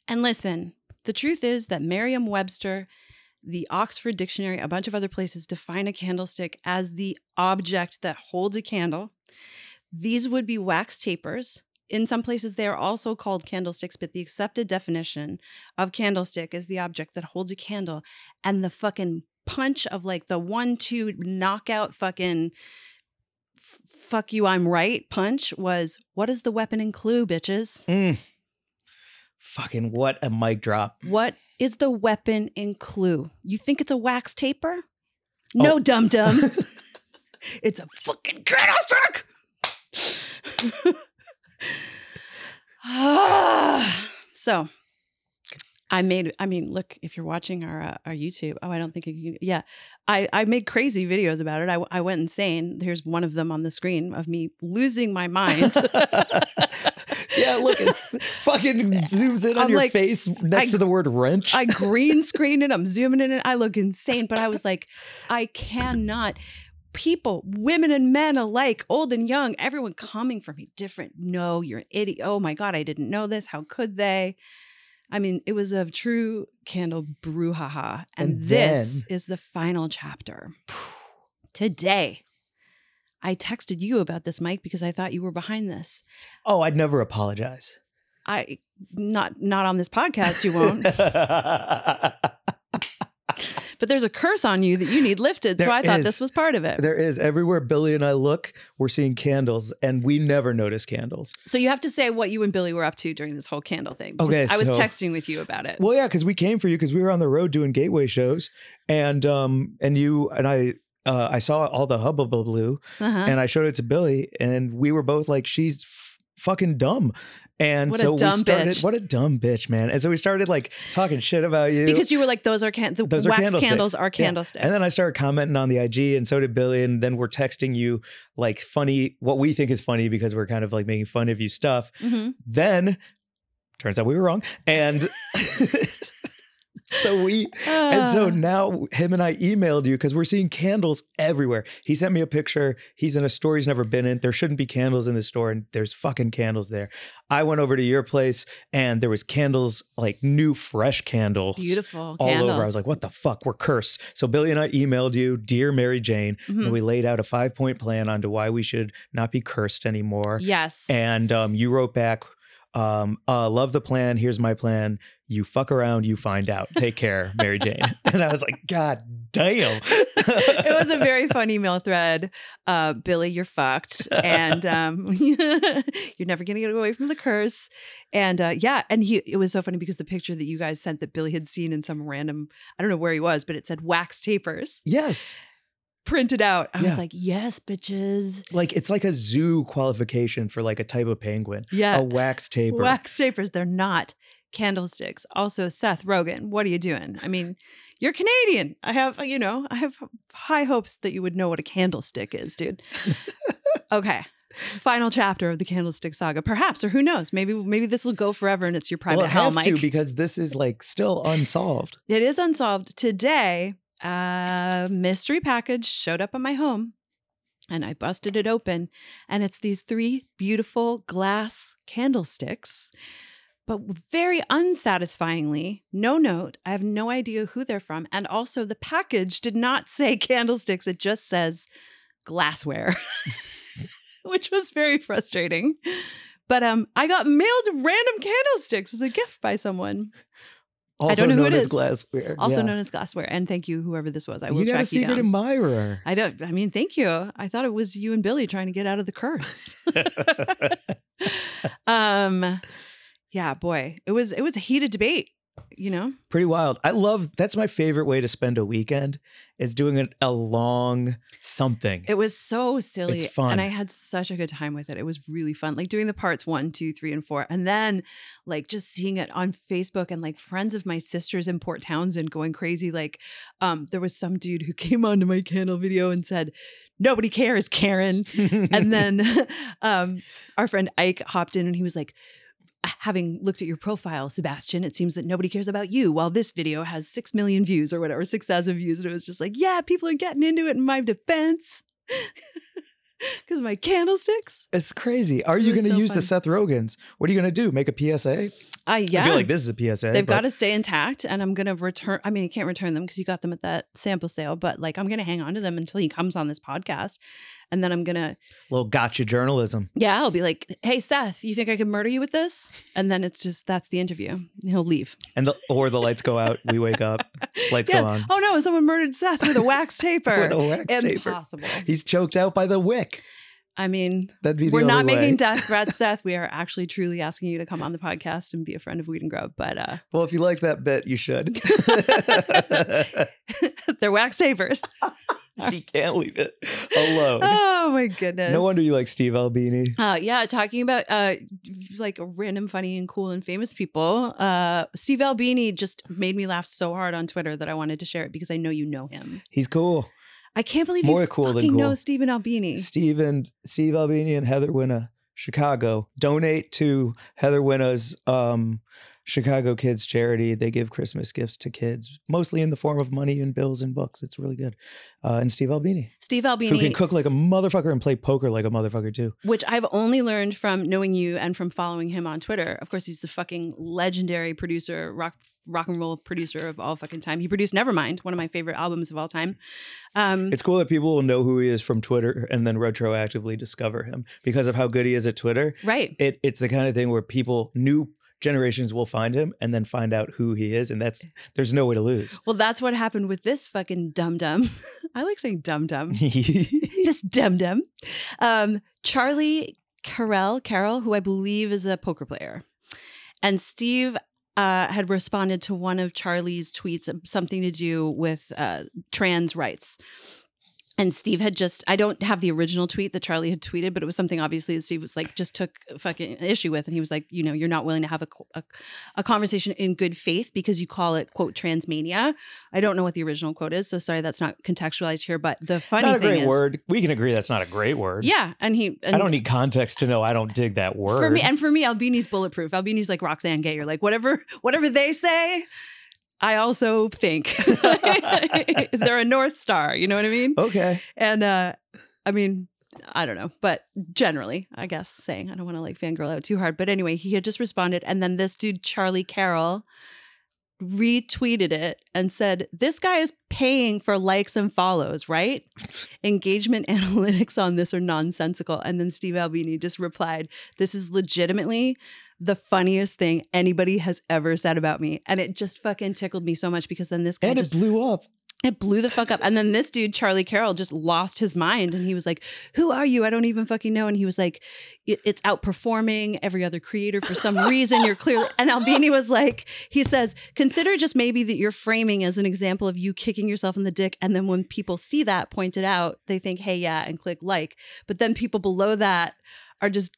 S3: and listen the truth is that merriam-webster the oxford dictionary a bunch of other places define a candlestick as the object that holds a candle these would be wax tapers in some places they are also called candlesticks but the accepted definition of candlestick is the object that holds a candle and the fucking punch of like the one two knockout fucking f- fuck you i'm right punch was what does the weapon include bitches
S2: Mm. Fucking what a mic drop.
S3: what is the weapon in clue? You think it's a wax taper? No, dum dum.
S2: It's a fucking candlestick.
S3: Ah, so I made I mean look if you're watching our uh, our YouTube oh I don't think you yeah I I made crazy videos about it I, w- I went insane here's one of them on the screen of me losing my mind
S2: yeah, look, it's fucking zooms in on
S3: I'm
S2: your
S3: like,
S2: face next
S3: I-
S2: to the word wrench.
S3: I green screen it I'm zooming in and I look insane but I was like I cannot people women and men alike old and young everyone coming for me different no you're an idiot oh my god I didn't know this how could they I mean, it was a true candle brouhaha. And,
S2: And
S3: this
S2: then-
S3: is the final chapter. Today, I texted you about this, Mike, because I thought you were behind this.
S2: oh, I'd never apologize.
S3: I not not on this podcast, you won't. but there's a curse on you that you need lifted. so
S2: There
S3: I thought
S2: is.
S3: this was part of it.
S2: there is everywhere Billy and I look, we're seeing candles, and we never notice candles.
S3: so you have to say what you and Billy were up to during this whole candle thing. because
S2: Okay,
S3: I was
S2: so-
S3: texting with you about it.
S2: Well, yeah, because we came for you because we were on the road doing gateway shows, and um, and you and I. Uh, I saw all the hubbub blue
S3: Uh-huh.
S2: and I showed it to Billy and we were both like, she's f- fucking dumb. And
S3: What a
S2: so
S3: dumb
S2: we started,
S3: bitch.
S2: what a dumb bitch, man. And so we started like talking shit about you.
S3: Because you were like, those are can- the
S2: Those are
S3: wax
S2: candlesticks.
S3: candles are
S2: Yeah.
S3: candlesticks.
S2: And then I started commenting on the IG, and so did Billy. And then we're texting you like funny, what we think is funny because we're kind of like making fun of you stuff.
S3: Mhm.
S2: Then turns out we were wrong. And so we, and so
S3: Ah.
S2: now him and I emailed you because we're seeing candles everywhere. He sent me a picture. He's in a store he's never been in. There shouldn't be candles in the store, and there's fucking candles there. I went over to your place, and there was candles, like new, fresh candles
S3: beautiful
S2: all
S3: candles.
S2: over. I was like, what the fuck? We're cursed. So Billy and I emailed you, Dear Mary Jane,
S3: Mhm.
S2: and we laid out a five point plan onto why we should not be cursed anymore.
S3: Yes.
S2: And um, you wrote back, um, uh, love the plan. Here's my plan. You fuck around, you find out. Take care, Mary Jane. and I was like, God damn.
S3: it was a very fun email thread. Uh, Billy, you're fucked, and um, you're never gonna get away from the curse. And uh, yeah, and he it was so funny because the picture that you guys sent that Billy had seen in some random I don't know where he was, but it said wax tapers
S2: Yes.
S3: printed out. I
S2: Yeah.
S3: was like, yes, bitches,
S2: Like it's like a zoo qualification for like a type of penguin.
S3: yeah,
S2: A wax taper.
S3: wax tapers. They're not candlesticks. Also, Seth Rogen, what are you doing? I mean. You're Canadian. I have, you know, I have high hopes that you would know what a candlestick is, dude. okay. Final chapter of the candlestick saga, perhaps, or who knows? Maybe, maybe this will go forever, and it's your private
S2: well, it
S3: hell,
S2: has
S3: Mike.
S2: to because this is like still unsolved.
S3: it is unsolved today. A mystery package showed up at my home, and I busted it open, and it's these three beautiful glass candlesticks. But very unsatisfyingly, no note. I have no idea who they're from. And also, the package did not say candlesticks, it just says glassware, which was very frustrating. But um, I got mailed random candlesticks as a gift by someone
S2: Also
S3: don't know who
S2: known
S3: it
S2: as
S3: is.
S2: glassware.
S3: also
S2: yeah.
S3: known as glassware. And thank you, whoever this was. I will
S2: you got a
S3: track you
S2: secret
S3: down.
S2: admirer.
S3: I don't. I mean, thank you. I thought it was you and Billy trying to get out of the curse. um, yeah, boy, it was it was a heated debate. You know,
S2: Pretty wild. I love that's my favorite way to spend a weekend is doing an, a long something.
S3: it was so silly,
S2: It's fun.
S3: and I had such a good time with it. It was really fun, like doing the parts one, two, three, and four, and then like just seeing it on Facebook and like friends of my sisters in Port Townsend going crazy. Like, um, there was some dude who came onto my candle video and said, "Nobody cares, Karen." and then um, our friend Ike hopped in and he was like, having looked at your profile, Sebastian, it seems that nobody cares about you. While this video has 6 million views or whatever, 6,000 views. And it was just like, yeah, people are getting into it in my defense. Because my candlesticks.
S2: it's crazy. Are
S3: It
S2: you
S3: was
S2: going to
S3: so
S2: use
S3: fun.
S2: the Seth Rogans? What are you going to do? Make a PSA?
S3: I, yeah.
S2: I feel like this is a PSA.
S3: They've
S2: but-
S3: got to stay intact, and I'm gonna return. I mean, you can't return them because you got them at that sample sale, but like, I'm gonna hang on to them until he comes on this podcast, and then I'm gonna
S2: little gotcha journalism.
S3: Yeah, I'll be like, "Hey, Seth, you think I could murder you with this?" And then it's just that's the interview. And He'll leave.
S2: And the, or the lights go out. We wake up. Lights
S3: Yeah.
S2: go on.
S3: Oh no, someone murdered Seth with a wax taper.
S2: With a wax taper.
S3: Impossible.
S2: He's choked out by the wick.
S3: I mean,
S2: That'd be the
S3: we're not
S2: only way.
S3: making death threats, Seth. We are actually truly asking you to come on the podcast and be a friend of Weed and Grub. But uh,
S2: well, if you like that bit, you should.
S3: they're wax tapers.
S2: she can't leave it alone.
S3: Oh my goodness.
S2: no wonder you like Steve Albini.
S3: Uh, yeah, talking about uh, like random, funny, and cool and famous people. Uh, Steve Albini just made me laugh so hard on Twitter that I wanted to share it because I know you know him.
S2: He's cool.
S3: I can't believe
S2: More
S3: you
S2: cool than
S3: fucking know
S2: cool.
S3: Stephen Albini.
S2: Steve and Steve Albini and Heather Winna, Chicago, donate to Heather Winna's um, Chicago Kids charity. They give Christmas gifts to kids, mostly in the form of money and bills and books. It's really good. Uh, and Steve Albini,
S3: Steve
S2: who can
S3: Albini,
S2: cook like a motherfucker and play poker like a motherfucker too.
S3: which I've only learned from knowing you and from following him on Twitter. Of course, he's the fucking legendary producer, rock rock and roll producer of all fucking time. He produced Nevermind, one of my favorite albums of all time. Um,
S2: It's cool that people will know who he is from Twitter and then retroactively discover him because of how good he is at Twitter.
S3: right.
S2: It, it's the kind of thing where people, new generations, will find him and then find out who he is, and that's there's no way to lose.
S3: Well, that's what happened with this fucking dum dum. I like saying dum dum. this dum dum. Um, Charlie Carell, Carroll, who I believe is a poker player, and Steve uh, had responded to one of Charlie's tweets, uh, something to do with uh, trans rights. And Steve had just, I don't have the original tweet that Charlie had tweeted, but it was something obviously that Steve was like, just took fucking issue with. And he was like, you know, you're not willing to have a, co- a, a conversation in good faith because you call it, quote, transmania. I don't know what the original quote is. So sorry, that's not contextualized here. But the funny
S2: not a
S3: thing
S2: great
S3: is,
S2: word. We can agree that's not a great word.
S3: yeah, and he. And
S2: I don't need context to know I don't dig that word.
S3: for me, and for me, Albini's bulletproof. Albini's like Roxanne Gay. You're like whatever, whatever they say. I also think they're a north star. You know what I mean?
S2: okay.
S3: And uh, I mean, I don't know, but generally, I guess saying I don't want to like fangirl out too hard. But anyway, he had just responded, and then this dude Charlie Carroll retweeted it and said, "This guy is paying for likes and follows, right? Engagement analytics on this are nonsensical." And then Steve Albini just replied, "This is legitimately." The funniest thing anybody has ever said about me. And it just fucking tickled me so much because then this guy
S2: And
S3: just
S2: it blew up.
S3: it blew the fuck up. And then this dude, Charlie Carroll, just lost his mind. And he was like, Who are you? I don't even fucking know. And he was like, "It- It's outperforming every other creator for some reason. You're clearly. And Albini was like, He says, Consider just maybe that you're framing as an example of you kicking yourself in the dick. And then when people see that pointed out, they think, Hey, yeah, and click like. But then people below that are just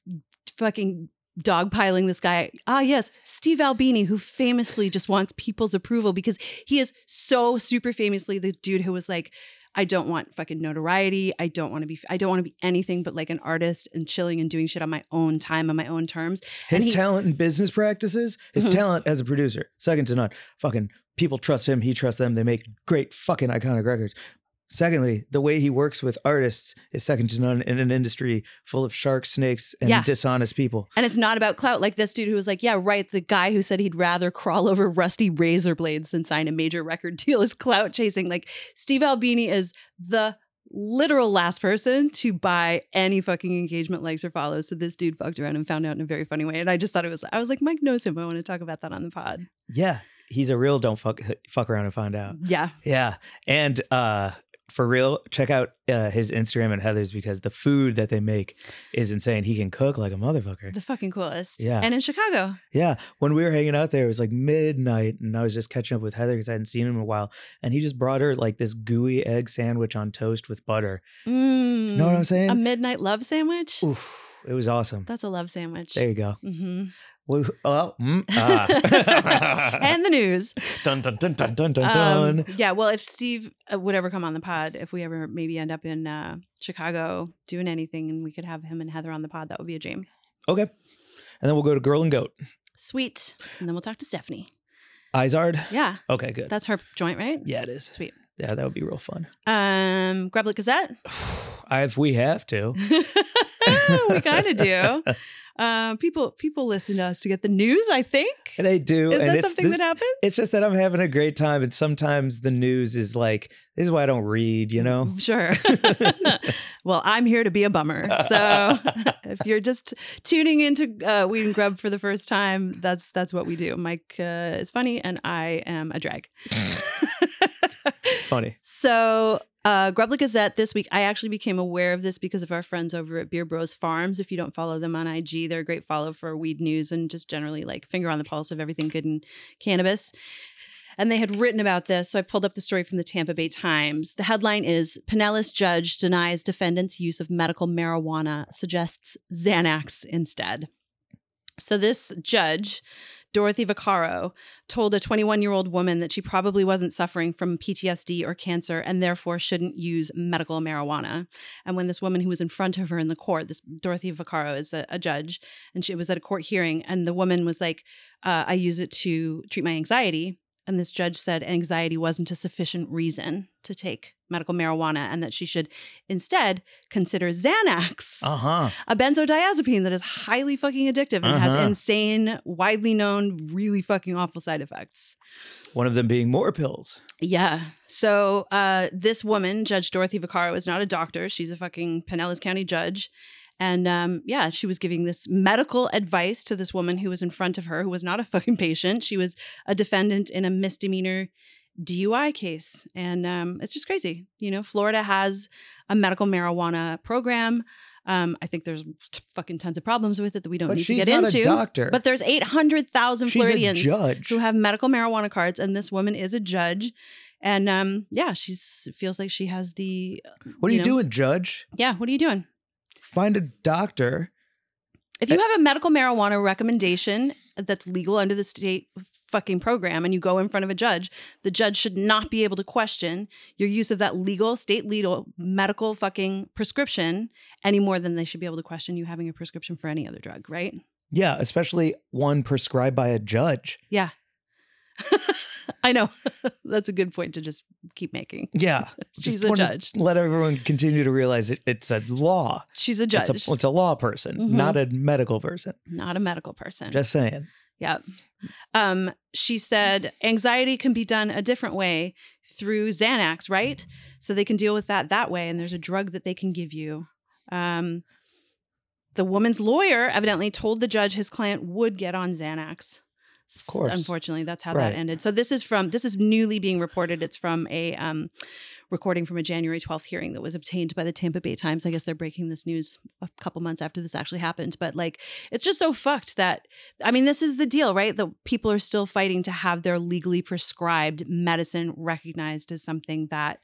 S3: fucking dogpiling this guy. Ah, yes, Steve Albini, who famously just wants people's approval because he is so super famously the dude who was like, I don't want fucking notoriety. I don't want to be. I don't want to be anything but like an artist and chilling and doing shit on my own time on my own terms. And
S2: His
S3: he-
S2: talent and business practices, his
S3: Mhm.
S2: talent as a producer, second to none. Fucking people trust him. He trusts them. They make great fucking iconic records. Secondly, the way he works with artists is second to none in an industry full of sharks, snakes, and
S3: Yeah.
S2: dishonest people.
S3: And it's not about clout. Like this dude who was like, yeah, right. The guy who said he'd rather crawl over rusty razor blades than sign a major record deal is clout chasing. Like Steve Albini is the literal last person to buy any fucking engagement likes or follows. So this dude fucked around and found out in a very funny way. And I just thought it was, I was like, Mike knows him. I want to talk about that on the pod.
S2: Yeah, he's a real don't fuck fuck around and find out.
S3: Yeah.
S2: Yeah. And uh for real, check out uh, his Instagram and Heather's because the food that they make is insane. He can cook like a motherfucker.
S3: The fucking coolest.
S2: Yeah.
S3: And in Chicago.
S2: Yeah. When we were hanging out there, it was like midnight and I was just catching up with Heather because I hadn't seen him in a while. And he just brought her like this gooey egg sandwich on toast with butter.
S3: Mm.
S2: You know what I'm saying?
S3: A midnight love sandwich.
S2: Oof. It was awesome.
S3: That's a love sandwich.
S2: There you go.
S3: hmm
S2: Woo- Oh, mm, ah.
S3: and the news.
S2: dun, dun, dun, dun, dun, dun,
S3: Um,
S2: dun.
S3: yeah. Well, if Steve uh, would ever come on the pod, if we ever maybe end up in uh, Chicago doing anything and we could have him and Heather on the pod, that would be a dream.
S2: Okay. And then we'll go to Girl and Goat.
S3: Sweet. And then we'll talk to Stephanie.
S2: Izard.
S3: Yeah.
S2: Okay, good.
S3: That's her joint, right?
S2: yeah, it is.
S3: Sweet.
S2: Yeah, that would be real fun.
S3: Um, Grublet Gazette.
S2: I- If we have to.
S3: we kind of do. Um, people people listen to us to get the news, I think.
S2: They do.
S3: Is
S2: and
S3: that
S2: it's,
S3: something
S2: this-
S3: that happens?
S2: It's just that I'm having a great time, and sometimes the news is like, this is why I don't read, you know?
S3: Sure. well, I'm here to be a bummer. So if you're just tuning into uh, Weed and Grub for the first time, that's that's what we do. Mike uh, is funny, and I am a drag.
S2: Funny.
S3: So, uh, Grubla Gazette this week, I actually became aware of this because of our friends over at Beer Bros Farms. If you don't follow them on IG, they're a great follow for weed news and just generally like finger on the pulse of everything good in cannabis. And they had written about this. So I pulled up the story from the Tampa Bay Times. The headline is Pinellas Judge Denies Defendant's Use of Medical Marijuana, Suggests Xanax instead. So this judge, Dorothy Vaccaro, told a 21 year old woman that she probably wasn't suffering from PTSD or cancer and therefore shouldn't use medical marijuana. And when this woman who was in front of her in the court, this Dorothy Vaccaro is a, a judge, and she was at a court hearing, and the woman was like, uh, I use it to treat my anxiety. And this judge said anxiety wasn't a sufficient reason to take medical marijuana and that she should instead consider Xanax
S2: Uh huh.
S3: a benzodiazepine that is highly fucking addictive and has
S2: Uh-huh.
S3: insane, widely known, really fucking awful side effects.
S2: One of them being more pills.
S3: Yeah. So uh, this woman, Judge Dorothy Vaccaro, is not a doctor. She's a fucking Pinellas County judge. And um, yeah, she was giving this medical advice to this woman who was in front of her, who was not a fucking patient. She was a defendant in a misdemeanor DUI case. And um, it's just crazy. You know, Florida has a medical marijuana program. Um, I think there's t- fucking tons of problems with it that we don't
S2: But
S3: need to
S2: she's
S3: get
S2: not
S3: into.
S2: a doctor.
S3: But there's 800,000
S2: she's a
S3: Floridians
S2: judge.
S3: who have medical marijuana cards, and this woman is a judge. And um, yeah, she feels like she has the
S2: what are you
S3: you know.
S2: doing, judge?
S3: yeah. What are you doing?
S2: Find a doctor.
S3: If you have a medical marijuana recommendation that's legal under the state fucking program, and you go in front of a judge, the judge should not be able to question your use of that legal state legal medical fucking prescription any more than they should be able to question you having a prescription for any other drug, right?
S2: Yeah, especially one prescribed by a judge.
S3: Yeah. I know. That's a good point to just keep making.
S2: Yeah.
S3: She's
S2: just
S3: a
S2: wanna
S3: judge.
S2: Let everyone continue to realize it, it's a law.
S3: She's a judge,
S2: It's a, it's a law person,
S3: Mhm.
S2: not a medical person.
S3: not a medical person.
S2: Just saying.
S3: Yep. Um, she said anxiety can be done a different way through Xanax, right? So they can deal with that that way, and there's a drug that they can give you. Um, the woman's lawyer evidently told the judge his client would get on Xanax. Of
S2: course.
S3: Unfortunately, that's how
S2: Right.
S3: that ended. So this is from this is newly being reported. It's from a um, recording from a January 12th hearing that was obtained by the Tampa Bay Times. I guess they're breaking this news a couple months after this actually happened. But like, it's just so fucked that, I mean, this is the deal, right? That people are still fighting to have their legally prescribed medicine recognized as something that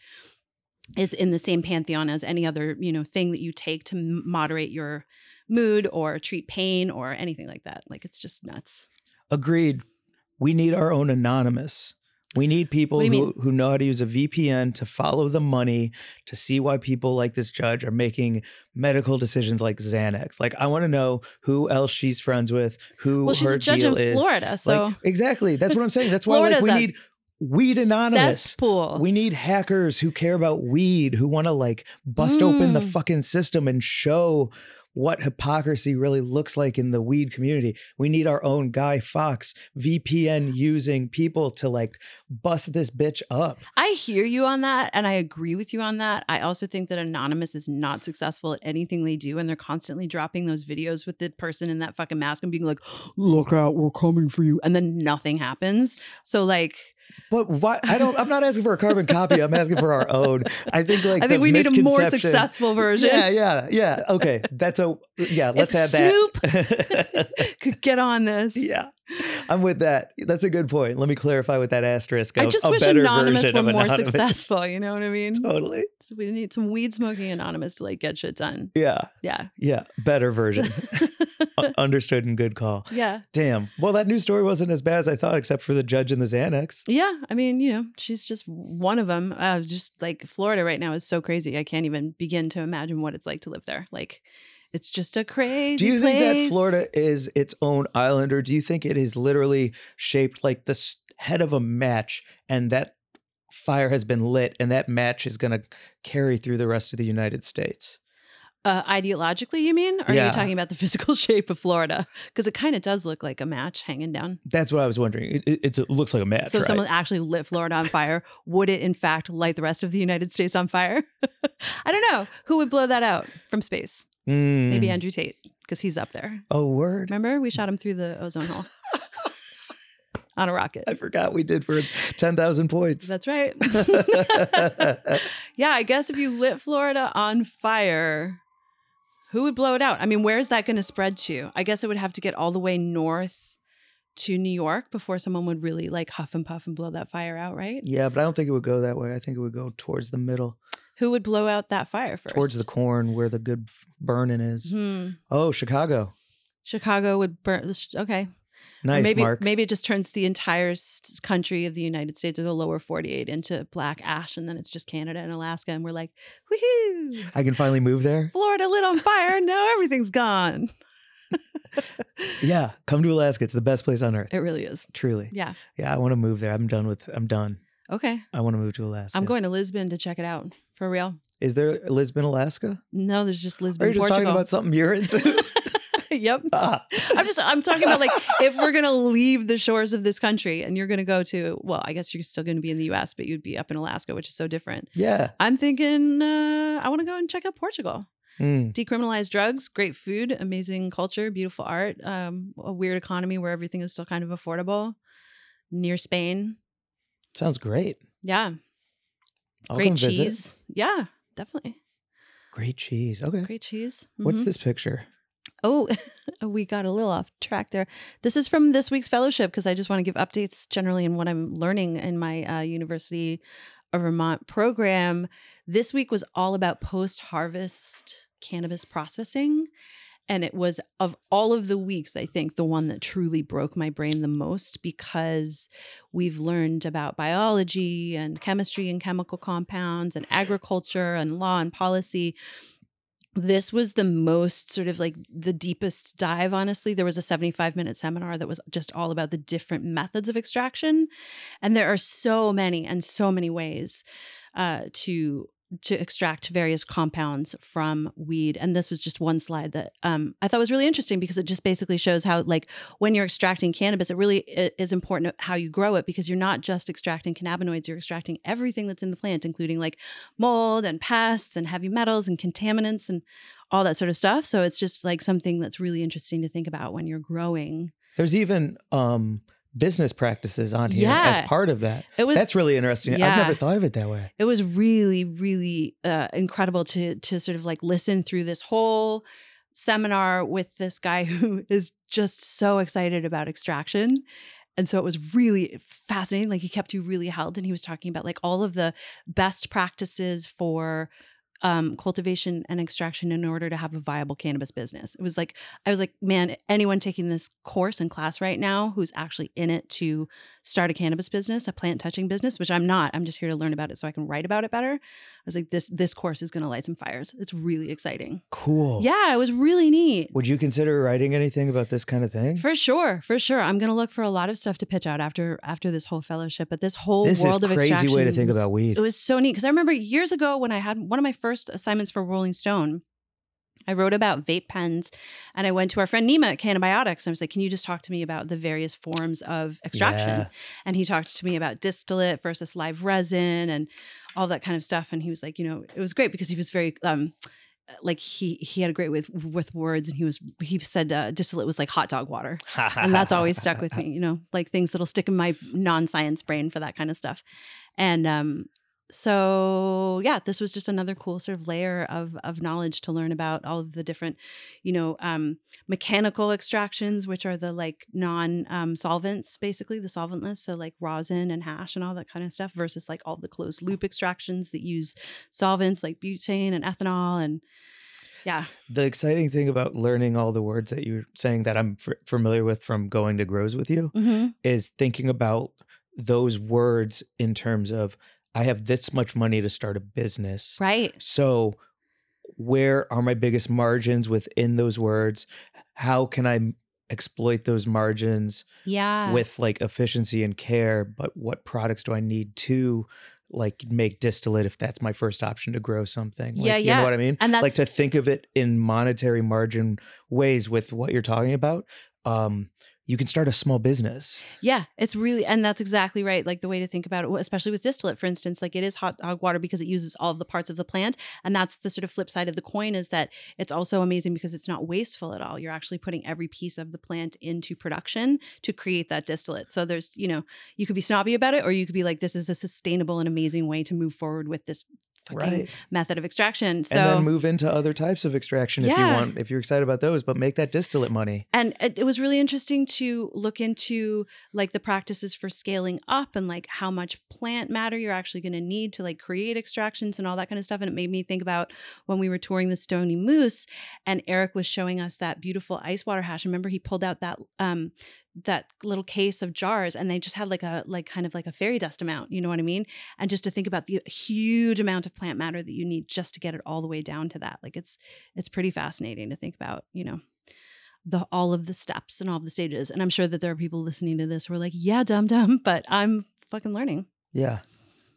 S3: is in the same pantheon as any other, you know, thing that you take to m- moderate your mood or treat pain or anything like that. Like, it's just nuts.
S2: Agreed. We need our own anonymous. We need people
S3: What do you
S2: who, who know how to use a VPN to follow the money to see why people like this judge are making medical decisions like Xanax. Like, I want to know who else she's friends with, who
S3: Well, she's
S2: her
S3: a judge in
S2: deal is.
S3: Florida, so
S2: like, exactly. That's what I'm saying. That's why like,
S3: Florida's
S2: we
S3: a
S2: need weed anonymous.
S3: cesspool.
S2: We need hackers who care about weed, who want to like bust open the
S3: Mm.
S2: fucking system and show what hypocrisy really looks like in the weed community. We need our own Guy Fox VPN using people to like bust this bitch up.
S3: I hear you on that, and I agree with you on that. I also think that Anonymous is not successful at anything they do, and they're constantly dropping those videos with the person in that fucking mask and being like, "Look out, we're coming for you," and then nothing happens. So, like,
S2: But why? I don't. I'm not asking for a carbon copy. I'm asking for our own. I think like
S3: I think
S2: the
S3: we need a more
S2: misconception-
S3: successful version.
S2: Yeah, yeah, yeah. Okay, that's a yeah. Let's
S3: if
S2: have
S3: Soup
S2: that.
S3: could get on this.
S2: Yeah, I'm with that. That's a good point. Let me clarify with that asterisk.
S3: I
S2: of
S3: just
S2: a
S3: wish
S2: better
S3: Anonymous
S2: version
S3: were
S2: of
S3: more
S2: anonymous.
S3: successful. You know what I mean?
S2: Totally.
S3: We need some weed smoking Anonymous to like get shit done.
S2: Yeah,
S3: Yeah.
S2: yeah. Better version. U- Understood and good call.
S3: Yeah.
S2: Damn. Well, that news story wasn't as bad as I thought, except for the judge in the Xanax.
S3: Yeah, I mean, you know, she's just one of them. Uh, just like Florida right now is so crazy. I can't even begin to imagine what it's like to live there. Like, it's just a crazy.
S2: Do you think that
S3: place.
S2: Florida is its own island, or do you think it is literally shaped like the s- head of a match, and that fire has been lit, and that match is going to carry through the rest of the United States?
S3: uh, ideologically, you mean? Or are
S2: Yeah.
S3: you talking about the physical shape of Florida? Because it kind of does look like a match hanging down.
S2: That's what I was wondering. It, it, it's- it looks like a match.
S3: so, if
S2: right?
S3: someone actually lit Florida on fire, would it in fact light the rest of the United States on fire? I don't know. Who would blow that out from space? Maybe
S2: Mm.
S3: Andrew Tate, because he's up there.
S2: Oh, word.
S3: Remember, we shot him through the ozone hole on a rocket.
S2: I forgot we did for 10,000 points.
S3: That's right.
S2: I
S3: yeah, I guess if you lit Florida on fire, who would blow it out? I mean, where is that going to spread to? I guess it would have to get all the way north to New York before someone would really like huff and puff and blow that fire out, right?
S2: Yeah, but I don't think it would go that way. I think it would go towards the middle,
S3: Who would blow out that fire first?
S2: towards the corn where the good f- burning is.
S3: Hmm.
S2: Oh, Chicago.
S3: Chicago would burn. Okay, Or
S2: Nice,
S3: maybe
S2: Mark.
S3: maybe it just turns the entire s- country of the United States or the lower 48 into black ash, and then it's just Canada and Alaska, and we're like, woohoo!
S2: I can finally move there.
S3: Florida lit on fire, and now everything's gone.
S2: Yeah, come to Alaska. It's the best place on earth.
S3: It really is.
S2: Truly.
S3: Yeah.
S2: Yeah, I want to move there. I'm done with. I'm done.
S3: Okay.
S2: I want to move to Alaska.
S3: I'm going to Lisbon to check it out for real.
S2: Is there Lisbon, Alaska?
S3: No, there's just
S2: Are
S3: Lisbon,
S2: you just talking
S3: Portugal.
S2: about something you're into?
S3: yep.
S2: Ah.
S3: I'm just I'm talking about like if we're gonna leave the shores of this country and you're gonna go to well, I guess you're still gonna be in the U.S., but you'd be up in Alaska, which is so different.
S2: yeah.
S3: I'm thinking uh, I want to go and check out Portugal.
S2: Mm.
S3: decriminalize drugs, great food, amazing culture, beautiful art, um, a weird economy where everything is still kind of affordable, near Spain.
S2: Sounds great.
S3: Yeah,
S2: I'll
S3: great
S2: come
S3: cheese.
S2: visit.
S3: Yeah, definitely
S2: Great cheese. Okay.
S3: great cheese.
S2: What's
S3: Mhm.
S2: this picture?
S3: Oh, we got a little off track there. This is from this week's fellowship because I just want to give updates generally on what I'm learning in my uh, University of Vermont program. This week was all about post harvest cannabis processing. And it was of all of the weeks, I think, the one that truly broke my brain the most because we've learned about biology and chemistry and chemical compounds and agriculture and law and policy this was the most sort of like the deepest dive honestly there was a 75 minute seminar that was just all about the different methods of extraction and there are so many and so many ways uh, to to extract various compounds from weed and this was just one slide that um, i thought was really interesting because it just basically shows how like when you're extracting cannabis it really i- is important how you grow it because you're not just extracting cannabinoids you're extracting everything that's in the plant including like mold and pests and heavy metals and contaminants and all that sort of stuff. So it's just like something that's really interesting to think about when you're growing.
S2: There's even um, business practices on here
S3: Yeah.
S2: as part of that.
S3: It was
S2: That's really interesting. I've
S3: Yeah.
S2: never thought of it that way.
S3: it was really really uh, incredible to to sort of like listen through this whole seminar with this guy who is just so excited about extraction and so it was really fascinating like he kept you really held and he was talking about like all of the best practices for um, cultivation and extraction in order to have a viable cannabis business it was like i was like man anyone taking this course and class right now who's actually in it to start a cannabis business, a plant touching business, which I'm not. I'm just here to learn about it so I can write about it better. I was like, this this course is gonna light some fires. It's really exciting.
S2: Cool.
S3: Yeah, it was really neat.
S2: Would you consider writing anything about this kind of thing?
S3: For sure, for sure. I'm gonna look for a lot of stuff to pitch out after after this whole fellowship. But this whole
S2: this is
S3: world of
S2: crazy way to think
S3: extractions-
S2: about weed.
S3: it was so neat because I remember years ago when I had one of my first assignments for Rolling Stone. I wrote about vape pens and I went to our friend Nima at Cannabiotics and I was like, Can you just talk to me about the various forms of extraction?
S2: Yeah.
S3: And he talked to me about distillate versus live resin and all that kind of stuff. And he was like, You know, it was great because he was very, um, like he he had a great with with words and he was he said uh, distillate was like hot dog water and that's always stuck with me you know like things that'll stick in my non-science brain for that kind of stuff and um so yeah this was just another cool sort of layer of of knowledge to learn about all of the different you know um mechanical extractions which are the like non um, solvents basically the solventless so like rosin and hash and all that kind of stuff versus like all the closed loop extractions that use solvents like butane and ethanol and yeah
S2: The exciting thing about learning all the words that you're saying that I'm f- familiar with from going to grows with you
S3: mm-hmm.
S2: is thinking about those words in terms of I have this much money to start a business.
S3: right
S2: So, where are my biggest margins within those words? How can I m- exploit those margins
S3: yeah
S2: with like efficiency and care? But what products do I need to like make distillate if that's my first option to grow something? Like,
S3: Yeah,
S2: You
S3: yeah.
S2: know what I mean?
S3: and that's
S2: like to think of it in monetary margin ways with what you're talking about. Um, you can start a small business.
S3: Yeah, it's really, and that's exactly right. Like the way to think about it, especially with distillate, for instance, like it is hot dog water because it uses all of the parts of the plant. And that's the sort of flip side of the coin is that it's also amazing because it's not wasteful at all. You're actually putting every piece of the plant into production to create that distillate. So there's, you know, you could be snobby about it or you could be like, this is a sustainable and amazing way to move forward with this fucking method of extraction. So
S2: and then move into other types of extraction if you
S3: Yeah.
S2: want, if you're excited about those, but make that distillate money.
S3: and it, it was really interesting to look into like the practices for scaling up and like how much plant matter you're actually going to need to like create extractions and all that kind of stuff and it made me think about when we were touring the stony moose and eric was showing us that beautiful ice water hash remember he pulled out that um that little case of jars and they just had like a like kind of like a fairy dust amount you know what i mean and just to think about the huge amount of plant matter that you need just to get it all the way down to that like it's it's pretty fascinating to think about you know the all of the steps and all of the stages. And I'm sure that there are people listening to this who are like, yeah, dumb dumb, but I'm fucking learning.
S2: Yeah.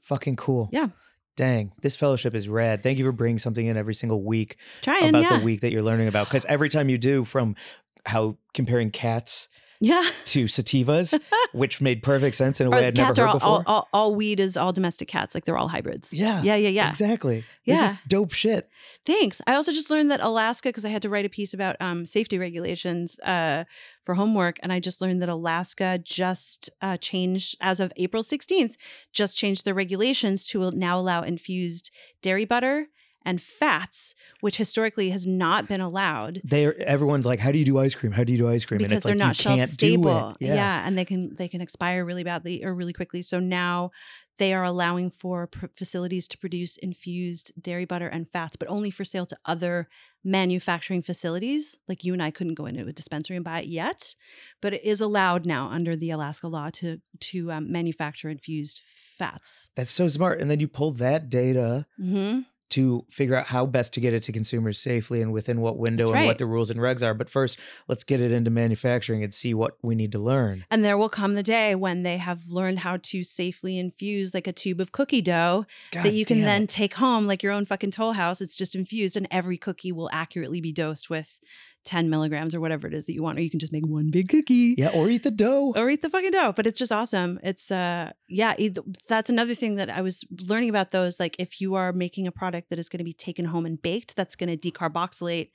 S2: Fucking cool.
S3: Yeah.
S2: Dang, this fellowship is rad. Thank you for bringing something in every single week
S3: Trying,
S2: about
S3: yeah.
S2: the week that you're learning about. Because every time you do, from how comparing cats
S3: Yeah.
S2: to sativas, which made perfect sense in a
S3: Or
S2: way I'd
S3: cats
S2: never heard
S3: are all,
S2: before.
S3: all, all all weed is all domestic cats. Like they're all hybrids.
S2: yeah,
S3: Yeah, yeah, yeah.
S2: exactly. This
S3: Yeah.
S2: is dope shit.
S3: Thanks. I also just learned that Alaska, because I had to write a piece about um, safety regulations uh, for homework, and I just learned that Alaska just uh, changed, as of April 16th, just changed their regulations to now allow infused dairy butter and fats, which historically has not been allowed.
S2: They are everyone's like, how do you do ice cream? How do you do ice cream?
S3: because
S2: and it's
S3: they're
S2: like,
S3: not
S2: you
S3: shelf
S2: can't
S3: stable.
S2: Do it.
S3: Yeah. and they can they can expire really badly or really quickly. So now they are allowing for pr- facilities to produce infused dairy butter and fats, but only for sale to other manufacturing facilities. Like you and I couldn't go into a dispensary and buy it yet, but it is allowed now under the Alaska law to to um, manufacture infused fats.
S2: That's so smart. And then you pull that data
S3: hmm
S2: to figure out how best to get it to consumers safely and within what window
S3: That's
S2: and what
S3: right.
S2: the rules and regs are. But first, let's get it into manufacturing and see what we need to learn.
S3: And there will come the day when they have learned how to safely infuse like a tube of cookie dough
S2: God
S3: that you can
S2: damn
S3: then
S2: it.
S3: take home like your own fucking toll house. It's just infused, and every cookie will accurately be dosed with 10 milligrams or whatever it is that you want, or you can just make one big cookie.
S2: Yeah, or eat the dough.
S3: Or eat the fucking dough, but it's just awesome. It's uh, yeah. eith- That's another thing that I was learning about those. Like, if you are making a product that is going to be taken home and baked, that's going to decarboxylate.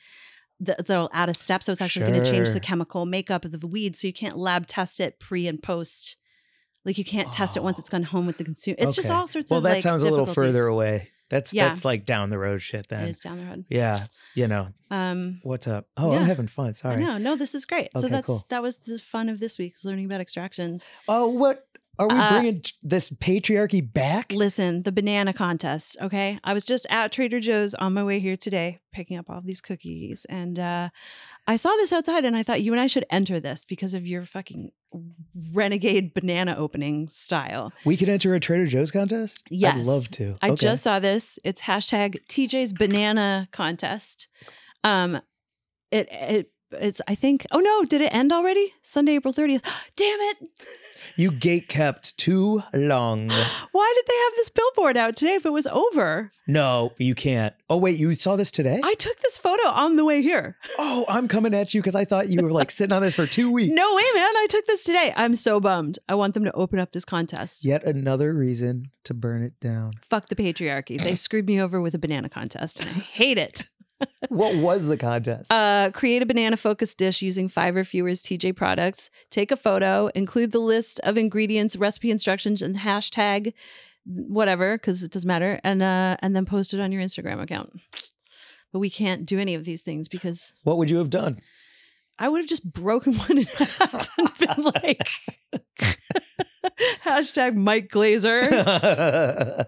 S3: th- That'll add a step, so it's actually going to change
S2: Sure.
S3: the chemical makeup of the weed. So you can't lab test it pre and post. Like you can't test it once
S2: Oh.
S3: it's gone home with the consumer. It's just
S2: Okay.
S3: all sorts
S2: well,
S3: of
S2: that
S3: like,
S2: sounds a little
S3: difficulties.
S2: further away. That's
S3: Yeah.
S2: that's like down the road shit
S3: It
S2: then.
S3: is down the road.
S2: Yeah. You know,
S3: Um,
S2: what's up? Oh, I'm
S3: Yeah.
S2: having fun.
S3: I
S2: Sorry.
S3: know. No, this is great. so
S2: Okay,
S3: that's
S2: cool.
S3: that was the fun of this week's learning about extractions.
S2: Oh, what are we
S3: Uh,
S2: bringing t- this patriarchy back?
S3: Listen, the banana contest. Okay, I was just at Trader Joe's on my way here today, picking up all these cookies, and uh, I saw this outside, and I thought you and I should enter this because of your fucking renegade banana opening style.
S2: We could enter a Trader Joe's contest.
S3: Yes.
S2: I'd love to.
S3: I
S2: okay.
S3: just saw this. It's hashtag TJ's banana contest. Um, it it it's I think. Oh no, did it end already? Sunday, April thirtieth. Damn it.
S2: you gate kept too long.
S3: Why did they have this billboard out today if it was over?
S2: No, you can't. Oh wait, you saw this today?
S3: I took this photo on the way here.
S2: oh, I'm coming at you because I thought you were like sitting on this for two weeks.
S3: No way, man. I took this today. I'm so bummed. I want them to open up this contest.
S2: Yet another reason to burn it down.
S3: Fuck the patriarchy. They screwed me over with a banana contest and I hate it.
S2: What was the contest?
S3: Uh, create a banana focused dish using five or fewer TJ products. Take a photo, include the list of ingredients, recipe instructions, and hashtag whatever, because it doesn't matter, and uh, and then post it on your Instagram account. But we can't do any of these things because
S2: what would you have done?
S3: I would have just broken one in half and been like, hashtag Mike
S2: Do
S3: Glazer.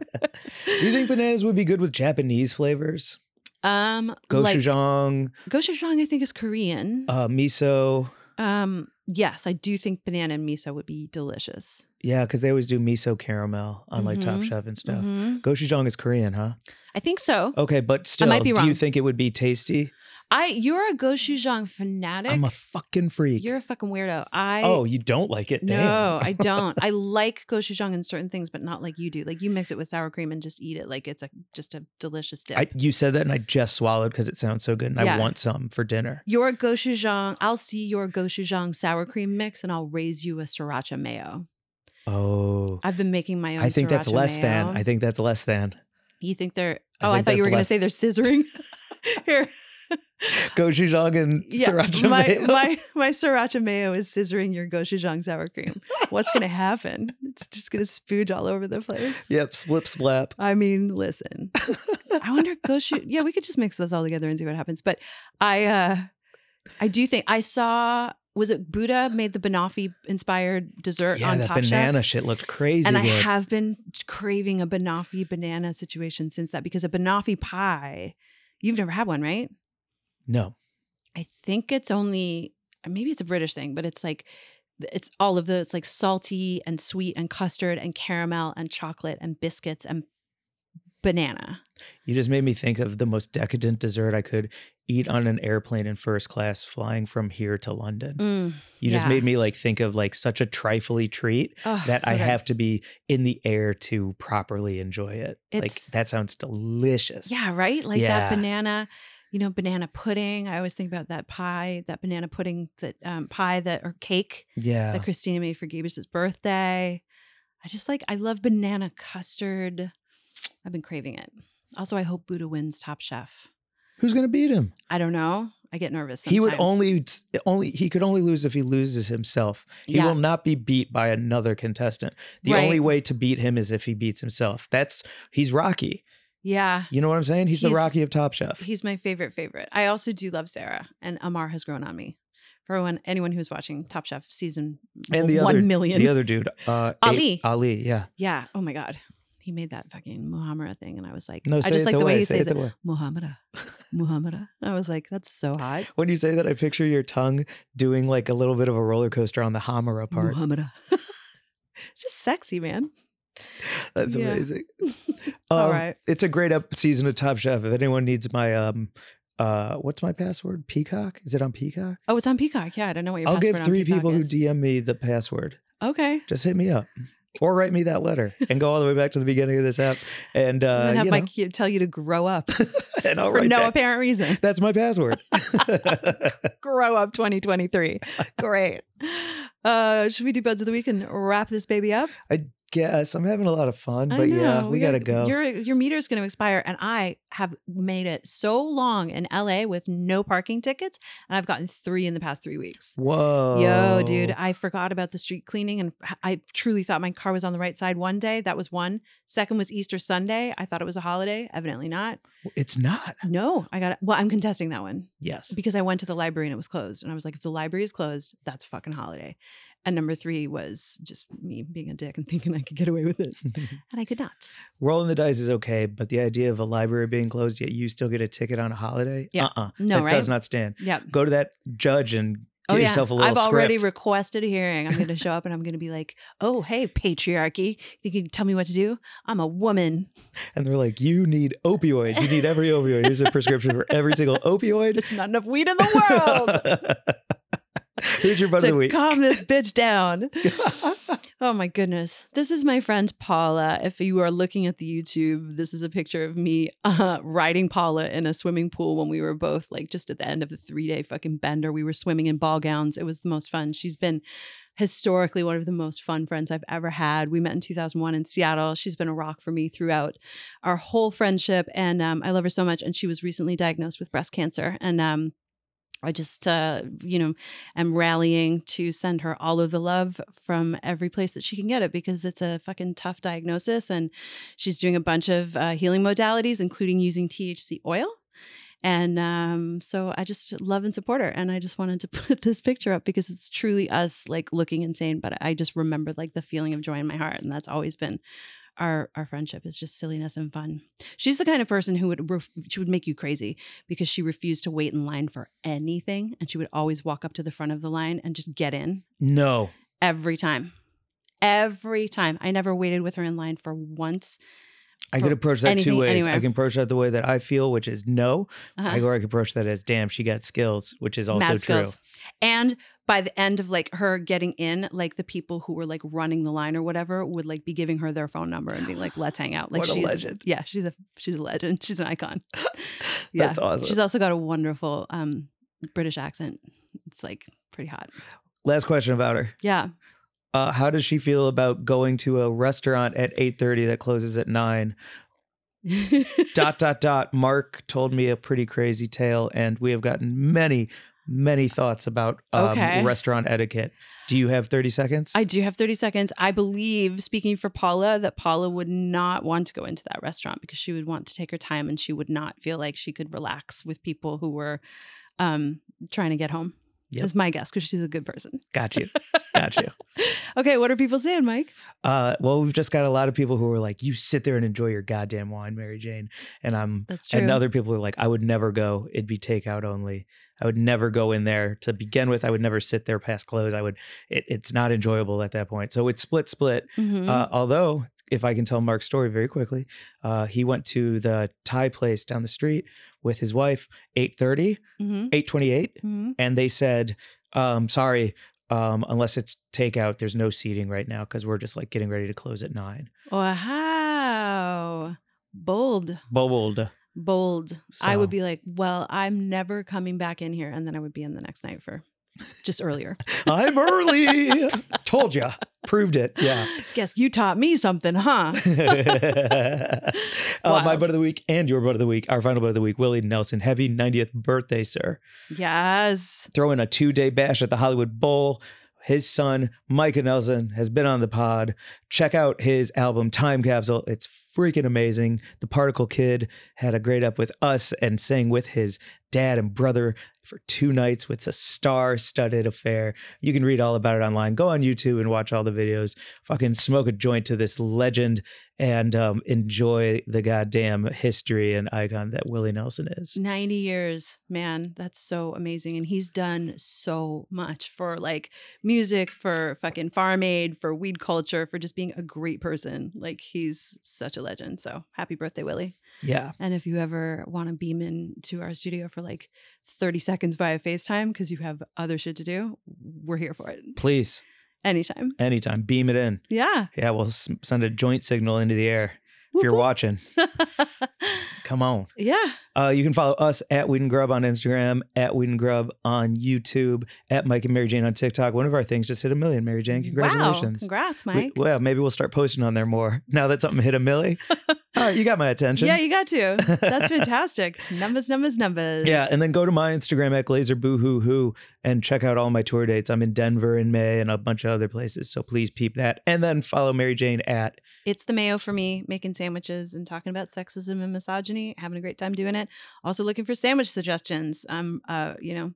S2: you think bananas would be good with Japanese flavors?
S3: Um, like,
S2: Gochujang,
S3: gochujang, I think is Korean.
S2: uh, miso.
S3: Um, yes, I do think banana and miso would be delicious.
S2: Yeah, because they always do miso caramel on like Top
S3: Mhm.
S2: Chef and stuff.
S3: Mhm.
S2: Gochujang is Korean, huh?
S3: I think so.
S2: Okay, but still,
S3: might be
S2: do you
S3: wrong.
S2: think it would be tasty?
S3: I you're a gochujang fanatic.
S2: I'm a fucking freak.
S3: you're a fucking weirdo. I
S2: oh, you don't like it? Damn.
S3: no, I don't. I like gochujang in certain things, but not like you do. Like you mix it with sour cream and just eat it like it's a just a delicious dip.
S2: I, you said that, and I just swallowed because it sounds so good, and I
S3: Yeah.
S2: want some for dinner.
S3: Your gochujang, I'll see your gochujang sour cream mix and I'll raise you a sriracha mayo.
S2: Oh,
S3: I've been making my own.
S2: I think that's
S3: sriracha
S2: less than.
S3: mayo.
S2: I think that's less than.
S3: you think they're.
S2: I
S3: Oh, I,
S2: think
S3: thought
S2: that's
S3: you were going to
S2: less-
S3: say they're scissoring. Here,
S2: gochujang and sriracha
S3: my,
S2: mayo.
S3: my my sriracha mayo is scissoring your gochujang sour cream. What's going to happen? It's just going to spooge all over the place.
S2: yep, splip splap.
S3: I mean, listen. I wonder gochu. Yeah, we could just mix those all together and see what happens. But I, uh I do think I saw. Was it Buddha made the banoffee inspired dessert
S2: yeah,
S3: on
S2: that
S3: Top
S2: banana
S3: Chef?
S2: shit looked crazy.
S3: and I
S2: good.
S3: have been craving a banoffee banana situation since that because a banoffee pie. You've never had one, right?
S2: no,
S3: I think it's only maybe it's a British thing, but it's like it's all of the it's like salty and sweet and custard and caramel and chocolate and biscuits and banana.
S2: you just made me think of the most decadent dessert I could eat on an airplane in first class, flying from here to London.
S3: Mm,
S2: You just
S3: yeah.
S2: made me like think of like such a trifly treat
S3: Ugh,
S2: that
S3: so
S2: I
S3: good.
S2: have to be in the air to properly enjoy it. like
S3: It's-
S2: that sounds delicious.
S3: Yeah, right? Like
S2: Yeah.
S3: that banana, you know, banana pudding. I always think about that pie, that banana pudding that um, pie that or cake
S2: Yeah.
S3: that Christina made for Gabriel's birthday. I just like I love banana custard. I've been craving it. Also, I hope Buddha wins Top Chef.
S2: Who's going to beat him?
S3: I don't know. I get nervous. Sometimes.
S2: He would only only he could only lose if he loses himself. He
S3: Yeah.
S2: will not be beat by another contestant. The
S3: Right.
S2: only way to beat him is if he beats himself. That's he's Rocky.
S3: Yeah.
S2: You know what I'm saying? He's, the
S3: He's-
S2: Rocky of Top Chef.
S3: He's my favorite favorite. I also do love Sarah, and Amar has grown on me. For anyone, anyone who's watching Top Chef season
S2: and the
S3: one
S2: other
S3: million.
S2: the other dude, uh, A-
S3: Ali.
S2: Ali, yeah.
S3: yeah. Oh my God. He made that fucking Muhammara thing. And I was like,
S2: No, say
S3: I just
S2: it
S3: like
S2: the,
S3: the way,
S2: way,
S3: he
S2: say
S3: says
S2: it
S3: it.
S2: the way.
S3: Muhammara. Muhammara. I was like, that's so hot.
S2: When you say that, I picture your tongue doing like a little bit of a roller coaster on the Hamara part.
S3: Muhammara. it's just sexy, man.
S2: That's
S3: Yeah.
S2: amazing.
S3: All
S2: Um,
S3: right.
S2: It's a great up season of Top Chef. If anyone needs my um uh what's my password? Peacock? Is it on Peacock?
S3: Oh, it's on Peacock. Yeah. I don't know what your
S2: I'll give
S3: password on
S2: three
S3: Peacock
S2: people
S3: is.
S2: who DM me the password.
S3: Okay.
S2: Just hit me up. Or write me that letter and go all the way back to the beginning of this app. And
S3: I'm
S2: uh
S3: going to have
S2: you
S3: my
S2: know,
S3: kid tell you to grow up
S2: and I'll
S3: for
S2: write
S3: no
S2: back.
S3: apparent reason.
S2: That's my password.
S3: grow up 2023 great uh should we do buds of the week and wrap this baby up
S2: Guess I'm having a lot of fun, but yeah, we, gotta, go.
S3: your your meter's gonna expire and i have made it so long in la with no parking tickets and i've gotten three in the past three weeks
S2: Whoa.
S3: Yo, dude, I forgot about the street cleaning and h- I truly thought my car was on the right side one day. That was one. Second was Easter Sunday. I thought it was a holiday. Evidently not.
S2: It's not.
S3: No, I got it. Well, I'm contesting that one
S2: Yes.
S3: because I went to the library and it was closed. And I was like, if the library is closed, that's a fucking holiday. And number three was just me being a dick and thinking I could get away with it. And I could not.
S2: Rolling the dice is okay, but the idea of a library being closed yet you still get a ticket on a holiday?
S3: Yeah.
S2: Uh-uh.
S3: No,
S2: that
S3: right?
S2: does not stand.
S3: Yep.
S2: Go to that judge and get
S3: oh, yeah.
S2: yourself a little
S3: I've already
S2: script.
S3: requested a hearing. I'm going to show up and I'm going to be like, oh, hey, patriarchy. You think you can tell me what to do? I'm a woman.
S2: and they're like, you need opioids. You need every opioid. Here's a prescription for every single opioid.
S3: There's not enough weed in the world.
S2: Here's your butt of
S3: to
S2: the week.
S3: calm this bitch down. oh my goodness. This is my friend Paula. If you are looking at the YouTube, this is a picture of me uh, riding Paula in a swimming pool when we were both like just at the end of the three day fucking bender. We were swimming in ball gowns. It was the most fun. She's been historically one of the most fun friends I've ever had. We met in 2001 in Seattle. She's been a rock for me throughout our whole friendship. And um, I love her so much. And she was recently diagnosed with breast cancer. And, um, I just, uh, you know, am rallying to send her all of the love from every place that she can get it because it's a fucking tough diagnosis. And she's doing a bunch of uh, healing modalities, including using THC oil. And um, so I just love and support her. And I just wanted to put this picture up because it's truly us like looking insane. But I just remembered like the feeling of joy in my heart. And that's always been our our friendship is just silliness and fun. She's the kind of person who would ref- she would make you crazy because she refused to wait in line for anything and she would always walk up to the front of the line and just get in
S2: No.
S3: every time. Every time. I never waited with her in line for once.
S2: I
S3: For
S2: could approach that
S3: anything,
S2: two ways. I
S3: anywhere.
S2: can approach that the way that I feel, which is no.
S3: Uh-huh.
S2: I, or I can approach that as damn, she got skills, which is also
S3: Mad
S2: true.
S3: skills. And by the end of like her getting in, like the people who were like running the line or whatever would like be giving her their phone number and being like, "Let's hang out." Like
S2: What a
S3: she's
S2: legend.
S3: yeah, she's a she's a legend. She's an icon.
S2: That's awesome.
S3: She's also got a wonderful um British accent. It's like pretty hot.
S2: Last question about her.
S3: Yeah.
S2: Uh, how does she feel about going to a restaurant at 8.30 that closes at 9 dot dot dot mark told me a pretty crazy tale and we have gotten many many thoughts about um,
S3: Okay.
S2: restaurant etiquette do you have 30 seconds
S3: I do have 30 seconds. I believe, speaking for Paula, that Paula would not want to go into that restaurant because she would want to take her time and she would not feel like she could relax with people who were um, trying to get home.
S2: Yep.
S3: That's my guess because she's a good person.
S2: got you got you
S3: Okay, what are people saying, Mike?
S2: uh, well we've just got a lot of people who are like you sit there and enjoy your goddamn wine mary jane and i'm
S3: That's true.
S2: and other people are like i would never go it'd be takeout only i would never go in there to begin with i would never sit there past close i would it, it's not enjoyable at that point so it's split split
S3: Mhm.
S2: Uh, although, if I can tell Mark's story very quickly, uh, he went to the Thai place down the street with his wife, 8.30,
S3: Mhm.
S2: 8.28,
S3: Mhm.
S2: and they said, um, sorry, um, unless it's takeout, there's no seating right now because we're just like getting ready to close at 9.
S3: Wow. Bold,
S2: Bold.
S3: bold. I
S2: So-
S3: would be like, well, I'm never coming back in here. And then I would be in the next night for just earlier.
S2: I'm early. Told ya. Proved it. Yeah.
S3: Guess you taught me something, huh?
S2: uh, my
S3: Wild.
S2: butt of the week and your butt of the week, our final butt of the week, Willie Nelson. Happy 90th birthday, sir.
S3: Yes.
S2: throwing a two day bash at the Hollywood Bowl. His son, Micah Nelson, has been on the pod. Check out his album, Time Capsule. It's freaking amazing. The Particle Kid had a great up with us and sang with his dad and brother for two nights with a star studded affair. You can read all about it online. Go on YouTube and watch all the videos. Fucking smoke a joint to this legend and um, enjoy the goddamn history and icon that Willie Nelson is.
S3: 90 years, man. That's so amazing. And he's done so much for like music, for fucking farm aid, for weed culture, for just being a great person. Like he's such a legend. So happy birthday, Willie.
S2: Yeah.
S3: And if you ever want to beam in to our studio for like 30 seconds via FaceTime because you have other shit to do, we're here for it
S2: Please,
S3: anytime.
S2: anytime, beam it in.
S3: Yeah.
S2: Yeah, we'll s- send a joint signal into the air. If
S3: Whoop,
S2: you're
S3: whoop.
S2: watching, come on.
S3: yeah.
S2: Uh, you can follow us at Weed and Grub on Instagram, at Weed and Grub on YouTube, at Mike and Mary Jane on TikTok. One of our things just hit a million, Mary Jane.
S3: Wow.
S2: Congratulations.
S3: Congrats,
S2: We-
S3: Mike.
S2: well, maybe we'll start posting on there more now that something hit a milli. All right, you got my attention.
S3: yeah, you got to. That's fantastic. numbers, numbers, numbers.
S2: Yeah, and then go to my Instagram at GlazerBoohooHoo and check out all my tour dates. I'm in Denver in May and a bunch of other places, so please peep that. And then follow Mary Jane at
S3: It's the mayo for me, making sandwiches and talking about sexism and misogyny, having a great time doing it. Also looking for sandwich suggestions. I'm, uh, you know,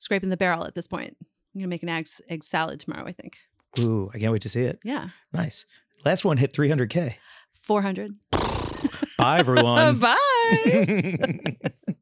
S3: scraping the barrel at this point. I'm gonna make an egg, egg salad tomorrow. I think.
S2: Ooh, I can't wait to see it.
S3: Yeah,
S2: Nice. Last one hit 300K.
S3: four hundred.
S2: Bye, everyone.
S3: Bye.
S2: Bye.